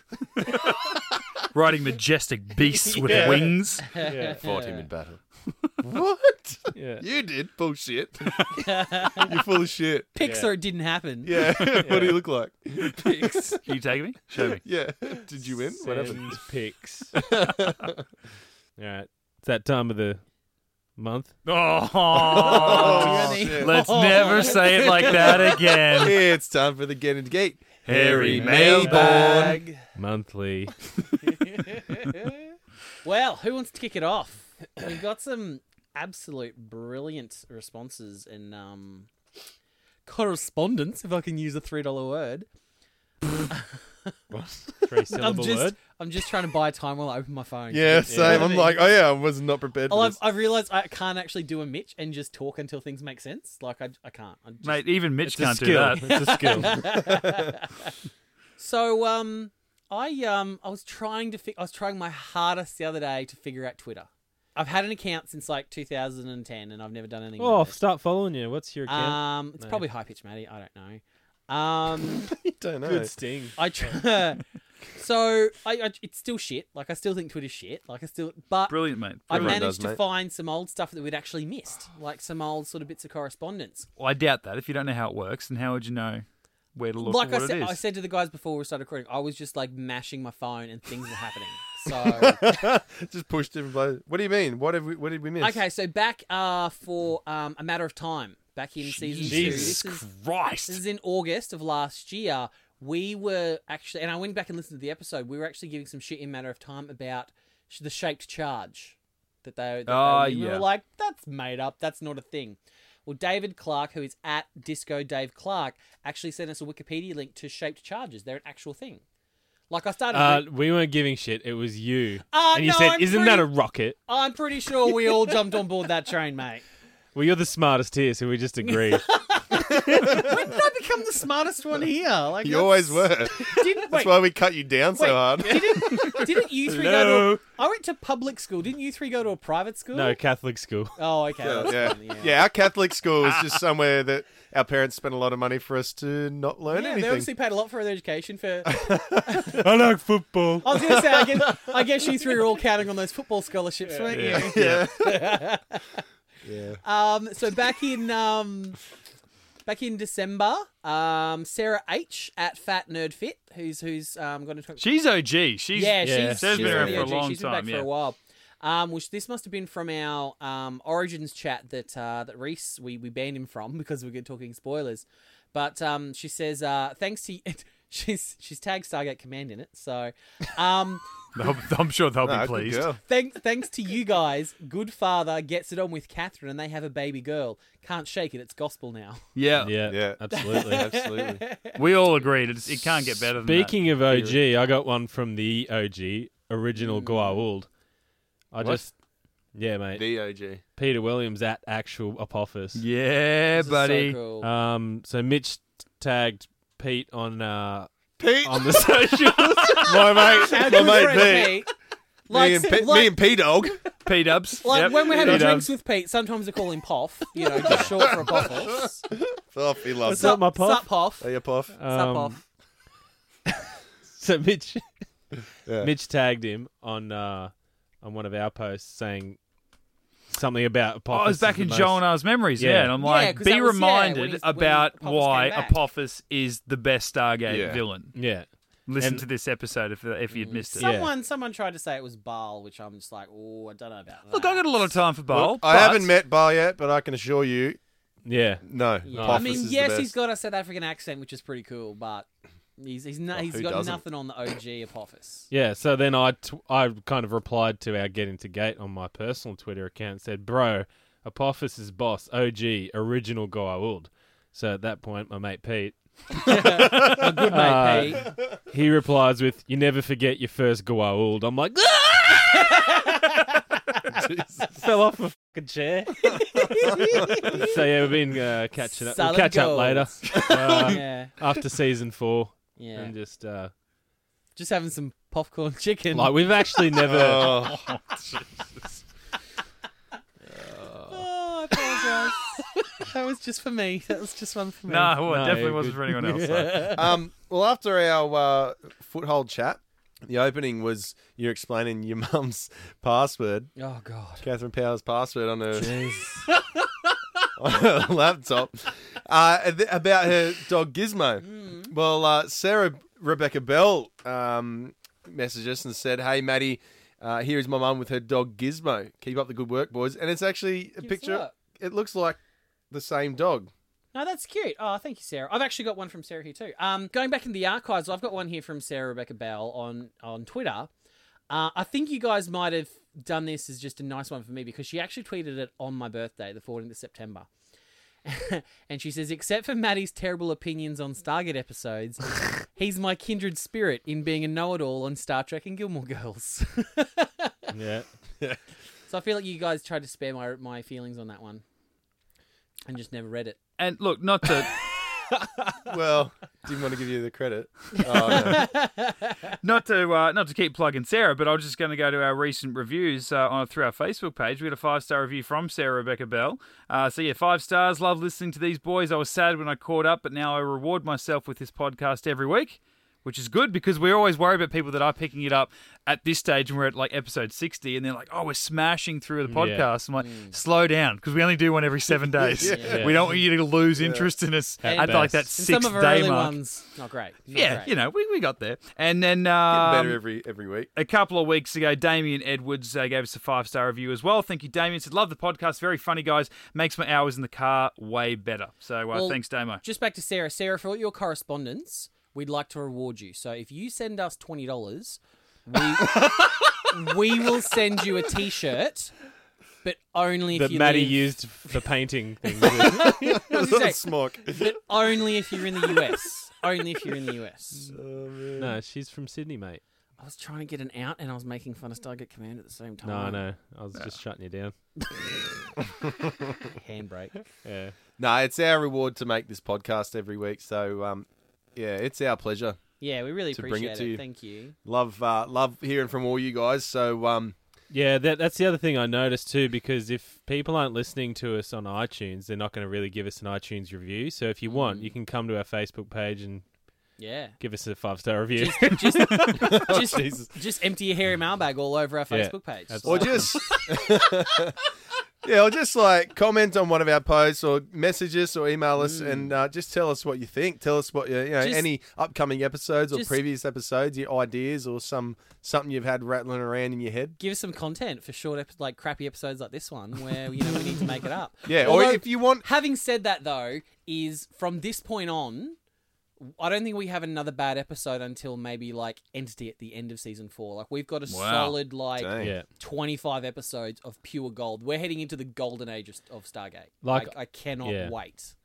Speaker 1: Riding majestic beasts with
Speaker 3: Yeah.
Speaker 1: wings.
Speaker 3: Yeah,
Speaker 4: Fought him in battle. what?
Speaker 3: yeah.
Speaker 4: You did bullshit. You're full of shit.
Speaker 2: Pixar it didn't happen.
Speaker 4: Yeah. what do you look like?
Speaker 1: Can you take me? Show me.
Speaker 4: Yeah. Did you win? Whatever.
Speaker 3: Send pics. All right, it's that time of the month.
Speaker 1: Oh,
Speaker 2: Journey.
Speaker 1: let's never say it like that again.
Speaker 4: it's time for the get in gate.
Speaker 1: Harry
Speaker 4: Mayborn.
Speaker 2: Bag.
Speaker 3: Monthly.
Speaker 2: Well, who wants to kick it off? We've got some absolute brilliant responses and um, correspondence, if I can use a three dollar word.
Speaker 3: Three
Speaker 2: I'm
Speaker 3: syllable
Speaker 2: just,
Speaker 3: word.
Speaker 2: I'm just trying to buy time while I open my phone.
Speaker 4: Yeah, same. I'm
Speaker 2: Yeah.
Speaker 4: like, oh yeah, I was not prepared.
Speaker 2: Oh,
Speaker 4: For
Speaker 2: I've,
Speaker 4: this.
Speaker 2: I've realized I can't actually do a Mitch and just talk until things make sense. Like I, I can't. I'm just-
Speaker 1: Mate, even Mitch
Speaker 3: It's a
Speaker 1: can't do
Speaker 3: skill.
Speaker 1: that.
Speaker 3: It's a skill.
Speaker 2: So um, I um, I was trying to fi- I was trying my hardest the other day to figure out Twitter. I've had an account since like 2010, and I've never done anything.
Speaker 3: oh,
Speaker 2: with
Speaker 3: I'll
Speaker 2: it.
Speaker 3: start following you. What's your account?
Speaker 2: Um, it's probably high pitch, Maddie. I don't know. Um,
Speaker 4: don't know.
Speaker 3: Good sting.
Speaker 2: I tr- so I, I it's still shit. Like I still think Twitter's shit. Like I still, but
Speaker 1: Brilliant, mate.
Speaker 2: I
Speaker 1: Brilliant.
Speaker 2: managed
Speaker 4: does,
Speaker 2: to
Speaker 4: mate.
Speaker 2: find some old stuff that we'd actually missed, like some old sort of bits of correspondence.
Speaker 1: Well, I doubt that. If you don't know how it works, then how would you know where to look
Speaker 2: like
Speaker 1: or what
Speaker 2: I said,
Speaker 1: it is?
Speaker 2: I said to the guys before we started recording, I was just like mashing my phone and things were happening. So
Speaker 4: Just pushed different places. What do you mean? What have we? What did we miss?
Speaker 2: okay, so back uh, for um, a matter of time, back in season two.
Speaker 1: Jesus
Speaker 2: This is,
Speaker 1: Christ.
Speaker 2: this is in August of last year. We were actually, and I went back and listened to the episode. We were actually giving some shit in matter of time about sh- the shaped charge that they. That they-
Speaker 1: Ah,
Speaker 2: we
Speaker 1: yeah.
Speaker 2: were like, that's made up. That's not a thing. Well, David Clark, who is at Disco Dave Clark, actually sent us a Wikipedia link to shaped charges. They're an actual thing. Like I started.
Speaker 3: Uh,
Speaker 2: re-
Speaker 3: we weren't giving shit. It was you.
Speaker 2: Ah,
Speaker 3: and you
Speaker 2: no,
Speaker 3: said,
Speaker 2: I'm
Speaker 3: Isn't that
Speaker 2: pretty-
Speaker 3: a rocket?
Speaker 2: I'm pretty sure we all jumped on board that train, mate.
Speaker 3: Well, you're the smartest here, so we just agree.
Speaker 2: When did I become the smartest one here? Like
Speaker 4: You always were. That's
Speaker 2: Didn't, wait,
Speaker 4: why we cut you down so
Speaker 2: wait,
Speaker 4: hard.
Speaker 2: Didn't, didn't you three go
Speaker 3: Hello?
Speaker 2: to? A, I went to public school. Didn't you three go to a private school?
Speaker 3: no, Catholic school.
Speaker 2: Oh, okay. that's
Speaker 4: yeah.
Speaker 2: fine,
Speaker 4: yeah, Our Catholic school is just somewhere that our parents spent a lot of money for us to not learn
Speaker 2: Yeah, they
Speaker 4: anything.
Speaker 2: obviously paid a lot for their education. For I
Speaker 3: I like football.
Speaker 4: Oh,
Speaker 2: was going to say, I guess, I guess you three were all counting on those football scholarships, weren't you?
Speaker 4: yeah.
Speaker 2: Um, so back in um, back in December, um, Sarah H at Fat Nerd Fit, who's who's um, going to talk.
Speaker 1: She's OG. She's
Speaker 2: yeah,
Speaker 1: Sarah's
Speaker 2: she's, she's
Speaker 1: been around
Speaker 2: really
Speaker 1: for a
Speaker 2: OG.
Speaker 1: long
Speaker 2: she's
Speaker 1: time.
Speaker 2: Been back
Speaker 1: yeah.
Speaker 2: for a while. Um, which this must have been from our um, Origins chat that uh, that Reese we, we banned him from because we were talking spoilers. But um, she says uh, thanks to she's she's tagged Stargate Command in it, so um,
Speaker 1: They'll- I'm sure they'll
Speaker 4: Ah,
Speaker 1: be
Speaker 4: good
Speaker 1: pleased.
Speaker 4: girl.
Speaker 2: thanks thanks to you guys, good father gets it on with Catherine, and they have a baby girl. Can't shake it; it's gospel now.
Speaker 1: Yeah.
Speaker 3: Yeah,
Speaker 4: Yeah.
Speaker 3: absolutely.
Speaker 4: Absolutely.
Speaker 1: we all agreed it's, it can't get better than
Speaker 3: Speaking of OG, I got one from the OG,
Speaker 4: Mm.
Speaker 3: original Guauld. I just, yeah, mate.
Speaker 4: The OG.
Speaker 3: Peter Williams at actual Apophis.
Speaker 1: that. Yeah,
Speaker 2: This is so
Speaker 1: buddy. Uh,
Speaker 2: cool.
Speaker 3: Um, so Mitch tagged Pete on uh,
Speaker 4: Pete,
Speaker 3: on the social.
Speaker 4: my mate,
Speaker 2: Good
Speaker 4: my
Speaker 2: friend
Speaker 4: mate Pete.
Speaker 2: Pete. Like,
Speaker 4: me and,
Speaker 2: si-
Speaker 4: Pete-
Speaker 2: like-
Speaker 4: me and P Dog.
Speaker 1: P Dubs.
Speaker 2: Like
Speaker 1: Yep.
Speaker 2: when we're having
Speaker 1: P-dubs.
Speaker 2: drinks with Pete, sometimes they call him Poff, you know, just short for Apophis.
Speaker 4: Puff, Oh, he loves
Speaker 2: What's
Speaker 4: it.
Speaker 3: up, my Poff?
Speaker 2: Sup, Poff.
Speaker 4: Hey, you Puff.
Speaker 2: Sup,
Speaker 3: Um,
Speaker 2: Poff.
Speaker 3: So Mitch,
Speaker 4: Yeah.
Speaker 3: Mitch tagged him on uh, on one of our posts saying something about
Speaker 1: Oh,
Speaker 3: Apophis.
Speaker 1: I was back
Speaker 3: is the
Speaker 1: in
Speaker 3: most-
Speaker 1: Joan R.'s memories, yeah.
Speaker 3: Yeah.
Speaker 1: and I'm
Speaker 2: Yeah,
Speaker 1: like,
Speaker 2: 'cause
Speaker 1: be
Speaker 2: that was- yeah, when
Speaker 1: reminded
Speaker 2: he's- when
Speaker 1: about
Speaker 2: Apophis came
Speaker 1: why
Speaker 2: back.
Speaker 1: Apophis is the best Stargate
Speaker 4: Yeah.
Speaker 1: villain.
Speaker 3: Yeah,
Speaker 1: Listen
Speaker 3: And-
Speaker 1: to this episode if, if you'd missed it.
Speaker 3: Yeah.
Speaker 2: Someone, someone tried to say it was Baal, which I'm just like, oh, I don't know about that.
Speaker 1: Look, I got a lot of time for Bowl.
Speaker 4: I haven't met Bar yet, but I can assure you,
Speaker 3: yeah.
Speaker 4: no.
Speaker 2: Yeah.
Speaker 4: Puff
Speaker 2: I mean,
Speaker 4: is
Speaker 2: yes,
Speaker 4: the
Speaker 2: he's
Speaker 4: best.
Speaker 2: got a South African accent, which is pretty cool, but he's he's not,
Speaker 3: Oh,
Speaker 4: Well,
Speaker 2: he's
Speaker 4: who
Speaker 2: got
Speaker 4: doesn't?
Speaker 2: nothing on the OG Apophis.
Speaker 3: Yeah, so then I, t- I kind of replied to our Get Into Gate on my personal Twitter account and said, Bro, Apophis is boss, OG, original Goa'uld. So at that point, my mate Pete,
Speaker 2: A good mate,
Speaker 3: Uh,
Speaker 2: Pete.
Speaker 3: he replies with, You never forget your first Goa'uld. I'm like, "Ah!" Fell off a fucking chair. so yeah, we've been uh, catching up. We'll
Speaker 2: Solid
Speaker 3: catch up
Speaker 2: goals.
Speaker 3: later uh,
Speaker 2: Yeah,
Speaker 3: after season four.
Speaker 2: yeah.
Speaker 3: And just, uh,
Speaker 2: Just having some popcorn chicken.
Speaker 3: like, we've actually never.
Speaker 4: Oh,
Speaker 2: oh, I apologize. that was just for me. That was just one for me.
Speaker 1: No, well, it
Speaker 3: No,
Speaker 1: definitely
Speaker 3: good.
Speaker 1: wasn't for anyone else. though.
Speaker 4: um, well, after our uh, foothold chat, the opening was you're explaining your mum's password,
Speaker 2: Oh God.
Speaker 4: Catherine Power's password on her, on her laptop uh, and th- about her dog Gizmo.
Speaker 2: Hmm.
Speaker 4: Well, uh, Sarah Rebecca Bell um, messaged us and said, "Hey, Maddie." Uh, here is my mum with her dog Gizmo. Keep up the good work, boys. And it's actually a
Speaker 2: Gives
Speaker 4: picture.
Speaker 2: up.
Speaker 4: It looks like the same dog.
Speaker 2: No, that's cute. Oh, thank you, Sarah. I've actually got one from Sarah here too. Um, going back in the archives, I've got one here from Sarah Rebecca Bell on on Twitter. Uh, I think you guys might have done this as just a nice one for me because she actually tweeted it on my birthday, the 14th of September. and she says, except for Maddie's terrible opinions on Stargate episodes, he's my kindred spirit in being a know it all on Star Trek and Gilmore Girls.
Speaker 3: Yeah.
Speaker 2: so I feel like you guys tried to spare my, my feelings on that one and just never read it.
Speaker 1: And look, not to
Speaker 4: Well, didn't want to give you the credit.
Speaker 1: not to uh, not to keep plugging Sarah, but I was just going to go to our recent reviews uh, on through our Facebook page. We got a five star review from Sarah Rebecca Bell. Uh, so yeah, five stars. Love listening to these boys. I was sad when I caught up, but now I reward myself with this podcast every week, which is good because we always worry about people that are picking it up at this stage, and we're at like episode sixty, and they're like, "Oh, we're smashing through the
Speaker 3: Yeah.
Speaker 1: podcast." I'm like,
Speaker 2: Hmm.
Speaker 1: "Slow down," because we only do one every seven days. We don't want you to lose interest in us
Speaker 3: At
Speaker 1: at like
Speaker 3: best.
Speaker 1: that
Speaker 2: And
Speaker 1: six
Speaker 2: some of her
Speaker 1: day
Speaker 2: early
Speaker 1: mark.
Speaker 2: ones, not great. Not
Speaker 1: Yeah,
Speaker 2: great.
Speaker 1: you know, we, we got there. And then
Speaker 4: Getting
Speaker 1: um,
Speaker 4: better every every week.
Speaker 1: a couple of weeks ago, Damien Edwards uh, gave us a five star review as well. Thank you, Damien. Said, Love the podcast. Very funny, guys. Makes my hours in the car way better. So uh,
Speaker 2: Well,
Speaker 1: thanks, Damo.
Speaker 2: Just back to Sarah. Sarah, for all your correspondence, we'd like to reward you. So if you send us twenty dollars, we we will send you a T-shirt, but only if
Speaker 3: That
Speaker 2: you
Speaker 3: Maddie
Speaker 2: live-
Speaker 3: used for painting things.
Speaker 2: I was gonna
Speaker 4: Little
Speaker 2: say,
Speaker 4: smock.
Speaker 2: but only if you're in the US. Only if you're in the US.
Speaker 3: no, she's from Sydney, mate.
Speaker 2: I was trying to get an out, and I was making fun of Stargate Command at the same
Speaker 3: No, I
Speaker 2: time.
Speaker 3: know. I was just shutting you down.
Speaker 2: Handbrake.
Speaker 3: Yeah.
Speaker 4: No, it's our reward to make this podcast every week. So, um, yeah, it's our pleasure.
Speaker 2: Yeah, we really
Speaker 4: To bring
Speaker 2: appreciate
Speaker 4: it to you.
Speaker 2: Thank you.
Speaker 4: Love, uh, love hearing from all you guys. So, um,
Speaker 3: Yeah, that, that's the other thing I noticed too, because if people aren't listening to us on iTunes, they're not going to really give us an iTunes review. So if you want, you can come to our Facebook page and
Speaker 2: Yeah.
Speaker 3: give us a five star review.
Speaker 2: Just, just, just empty your hairy mailbag all over our
Speaker 3: Yeah,
Speaker 2: Facebook page.
Speaker 3: absolutely.
Speaker 4: or just yeah, or just like comment on one of our posts, or message us, or email us, and uh, just tell us what you think. Tell us what you, you know,
Speaker 2: Mm. Just-
Speaker 4: any upcoming episodes or
Speaker 2: just-
Speaker 4: previous episodes, your ideas, or some something you've had rattling around in your head.
Speaker 2: give us some content for short, ep- like crappy episodes like this one, where you know we need to make it up.
Speaker 4: Yeah,
Speaker 2: Although,
Speaker 4: or if you want,
Speaker 2: having said that though, is from this point on, I don't think we have another bad episode until maybe like Entity at the end of season four. Like we've got a
Speaker 1: Wow.
Speaker 2: solid like
Speaker 4: Dang.
Speaker 3: yeah.
Speaker 2: twenty five episodes of pure gold. We're heading into the golden age of, of Stargate.
Speaker 3: Like-
Speaker 2: I cannot
Speaker 3: yeah.
Speaker 2: wait.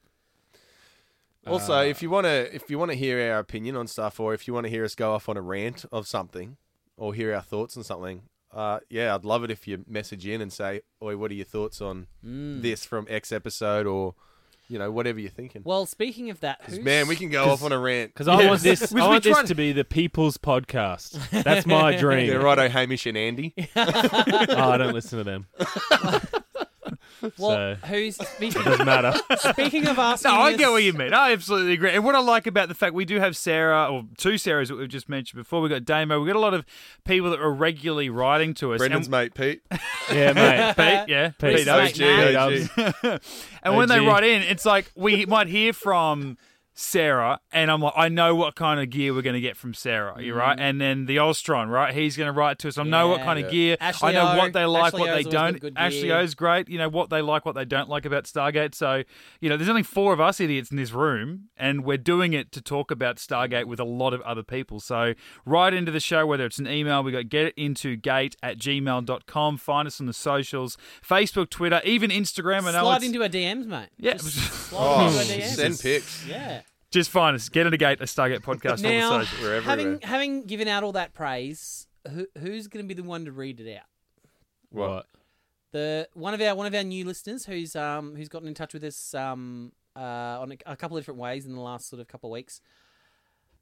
Speaker 4: also
Speaker 3: Um,
Speaker 4: if you want to if you want to hear our opinion on stuff, or if you want to hear us go off on a rant of something, or hear our thoughts on something. Uh, yeah, I'd love it if you message in and say, "Oi, what are your thoughts on
Speaker 3: Mm.
Speaker 4: this from X episode?" or you know, whatever you're thinking.
Speaker 2: Well, speaking of that, who's,
Speaker 4: Man, we can go off on a rant.
Speaker 3: Because I
Speaker 1: Yeah.
Speaker 3: want this,
Speaker 1: We-
Speaker 3: I
Speaker 1: we
Speaker 3: want this
Speaker 1: tried-
Speaker 3: to be the people's podcast. That's my dream.
Speaker 4: Yeah, righto, Hamish and Andy.
Speaker 3: Oh, I don't listen to them.
Speaker 2: well,
Speaker 3: so-
Speaker 2: who's
Speaker 3: Doesn't
Speaker 2: speaking,
Speaker 3: matter.
Speaker 2: speaking of asking?
Speaker 1: No, I
Speaker 2: us-
Speaker 1: get what you mean. I absolutely agree. And what I like about the fact we do have Sarah, or two Sarahs that we've just mentioned before, we got Damo, we got a lot of people that are regularly writing to us.
Speaker 4: Brendan's
Speaker 1: and,
Speaker 4: mate, Pete.
Speaker 3: Yeah, mate.
Speaker 1: Pete, yeah,
Speaker 3: Pete,
Speaker 1: Pete,
Speaker 2: Pete's mate,
Speaker 1: Oaks.
Speaker 2: Matt.
Speaker 4: OG.
Speaker 3: Dubs.
Speaker 1: And when they
Speaker 3: OG.
Speaker 1: write in, it's like we might hear from Sarah, and I'm like, I know what kind of gear we're going to get from Sarah,
Speaker 2: Mm.
Speaker 1: you right? And then the Ostron, right? He's going to write to us. I know what
Speaker 2: Yeah.
Speaker 1: kind of gear.
Speaker 2: Ashley
Speaker 1: I know
Speaker 2: O.
Speaker 1: what they like,
Speaker 2: Ashley
Speaker 1: what
Speaker 2: O's
Speaker 1: they don't.
Speaker 2: always got good
Speaker 1: Ashley
Speaker 2: gear.
Speaker 1: O's great. You know what they like, what they don't like about Stargate. So you know, there's only four of us idiots in this room, and we're doing it to talk about Stargate with a lot of other people. So right into the show, whether it's an email, we got get it into gate at gmail.com. Find us on the socials, Facebook, Twitter, even Instagram. I know
Speaker 2: Slide
Speaker 1: it's-
Speaker 2: into our DMs, mate.
Speaker 1: Yeah.
Speaker 2: Just slide into our DMs.
Speaker 4: Oh, send pics.
Speaker 2: Yeah.
Speaker 1: Just find us. Get in a gate, a Stargate podcast on
Speaker 2: Now,
Speaker 1: the social.
Speaker 4: We're everywhere.
Speaker 2: having having given out all that praise, who, who's going to be the one to read it out?
Speaker 3: What?
Speaker 2: The one of our one of our new listeners who's um who's gotten in touch with us um uh on a, a couple of different ways in the last sort of couple of weeks.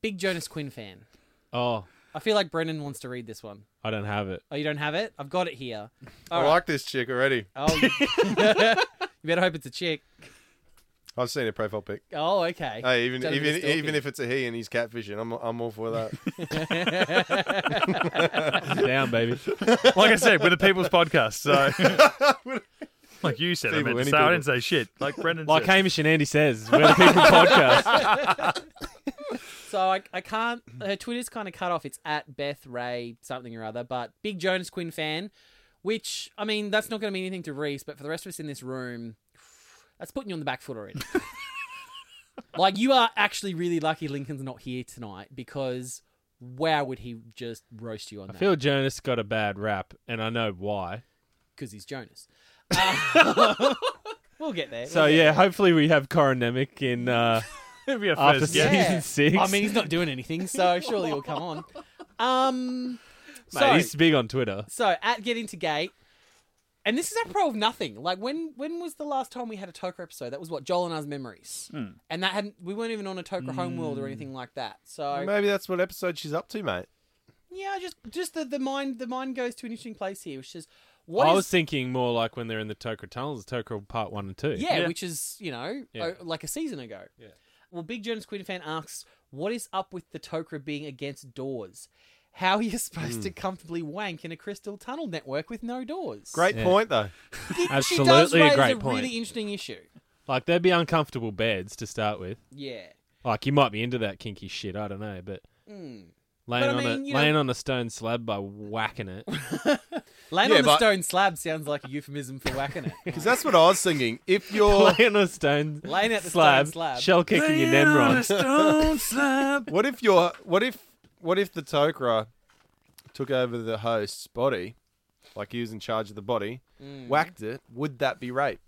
Speaker 2: Big Jonas Quinn fan.
Speaker 3: Oh,
Speaker 2: I feel like Brennan wants to read this one.
Speaker 3: I don't have it.
Speaker 2: Oh, you don't have it? I've got it here.
Speaker 4: I like this chick already.
Speaker 3: Uh,
Speaker 2: Oh, you, you better hope it's a chick.
Speaker 4: I've seen her profile pic.
Speaker 2: Oh, okay.
Speaker 4: Hey, even
Speaker 2: Done a bit
Speaker 4: even
Speaker 2: of stalking.
Speaker 4: even if it's a he and he's catfishing, I'm I'm all for that.
Speaker 3: Down, baby.
Speaker 1: Like I said, we're the people's podcast. So, like you said, I
Speaker 4: People,
Speaker 1: meant to
Speaker 4: any
Speaker 1: say, I
Speaker 4: people.
Speaker 1: didn't say shit. Like Brendan
Speaker 3: Like
Speaker 1: said.
Speaker 3: Hamish and Andy says, we're the people podcast.
Speaker 2: So I, I can't. Her Twitter's kind of cut off. It's at Beth Ray something or other. But big Jonas Quinn fan, which I mean, that's not going to mean anything to Reese, but for the rest of us in this room, that's putting you on the back foot already. like you are actually really lucky Lincoln's not here tonight because wow, would he just roast you on
Speaker 3: I
Speaker 2: that?
Speaker 3: feel Jonas got a bad rap, and I know why.
Speaker 2: because he's Jonas. Uh, we'll get there.
Speaker 3: So yeah, hopefully we have Coronemic in uh,
Speaker 1: It'll be our
Speaker 3: after
Speaker 1: first guest.
Speaker 2: Yeah.
Speaker 3: season six.
Speaker 2: I mean, he's not doing anything, so surely he'll come on. Um,
Speaker 3: Mate,
Speaker 2: so,
Speaker 3: he's big on Twitter.
Speaker 2: so at getting to gate, and this is apropos of nothing. Like when when was the last time we had a Toker episode? That was what Joel and I's memories,
Speaker 3: Hmm.
Speaker 2: and that hadn't. We weren't even on a Toker homeworld or anything like that. So
Speaker 4: Maybe that's what episode she's up to, mate.
Speaker 2: yeah, just just the, the mind the mind goes to an interesting place here, which is what
Speaker 3: I
Speaker 2: is-
Speaker 3: was thinking more like when they're in the Tokra tunnels, Tokra part one and two.
Speaker 2: yeah,
Speaker 1: Yeah.
Speaker 2: which is you know
Speaker 3: Yeah.
Speaker 2: o- like a season ago.
Speaker 3: Yeah.
Speaker 2: Well, Big Jonas Quinn fan asks, "What is up with the Tokra being against doors? How are you supposed
Speaker 3: Hmm.
Speaker 2: to comfortably wank in a crystal tunnel network with no doors?"
Speaker 4: Great
Speaker 3: Yeah.
Speaker 4: point, though.
Speaker 2: she does
Speaker 3: absolutely
Speaker 2: raise
Speaker 3: a great
Speaker 2: a
Speaker 3: point.
Speaker 2: really interesting issue.
Speaker 3: Like there'd be uncomfortable beds to start with.
Speaker 2: Yeah.
Speaker 3: Like you might be into that kinky shit, I don't know, but
Speaker 2: Hmm. But
Speaker 3: laying
Speaker 2: I
Speaker 3: on
Speaker 2: mean,
Speaker 3: a
Speaker 2: you know-
Speaker 3: laying on a stone slab by whacking it.
Speaker 2: Laying
Speaker 4: Yeah,
Speaker 2: on the
Speaker 4: but-
Speaker 2: stone slab sounds like a euphemism for whacking it.
Speaker 4: Because that's what I was thinking. If you're,
Speaker 3: laying on a stone
Speaker 2: Laying at the
Speaker 3: slab,
Speaker 2: stone slab.
Speaker 3: shell kicking your Nemron.
Speaker 1: Stone slab.
Speaker 4: what if you're, what if, what if the Tokra took over the host's body, like he was in charge of the body, whacked it? Would that be rape?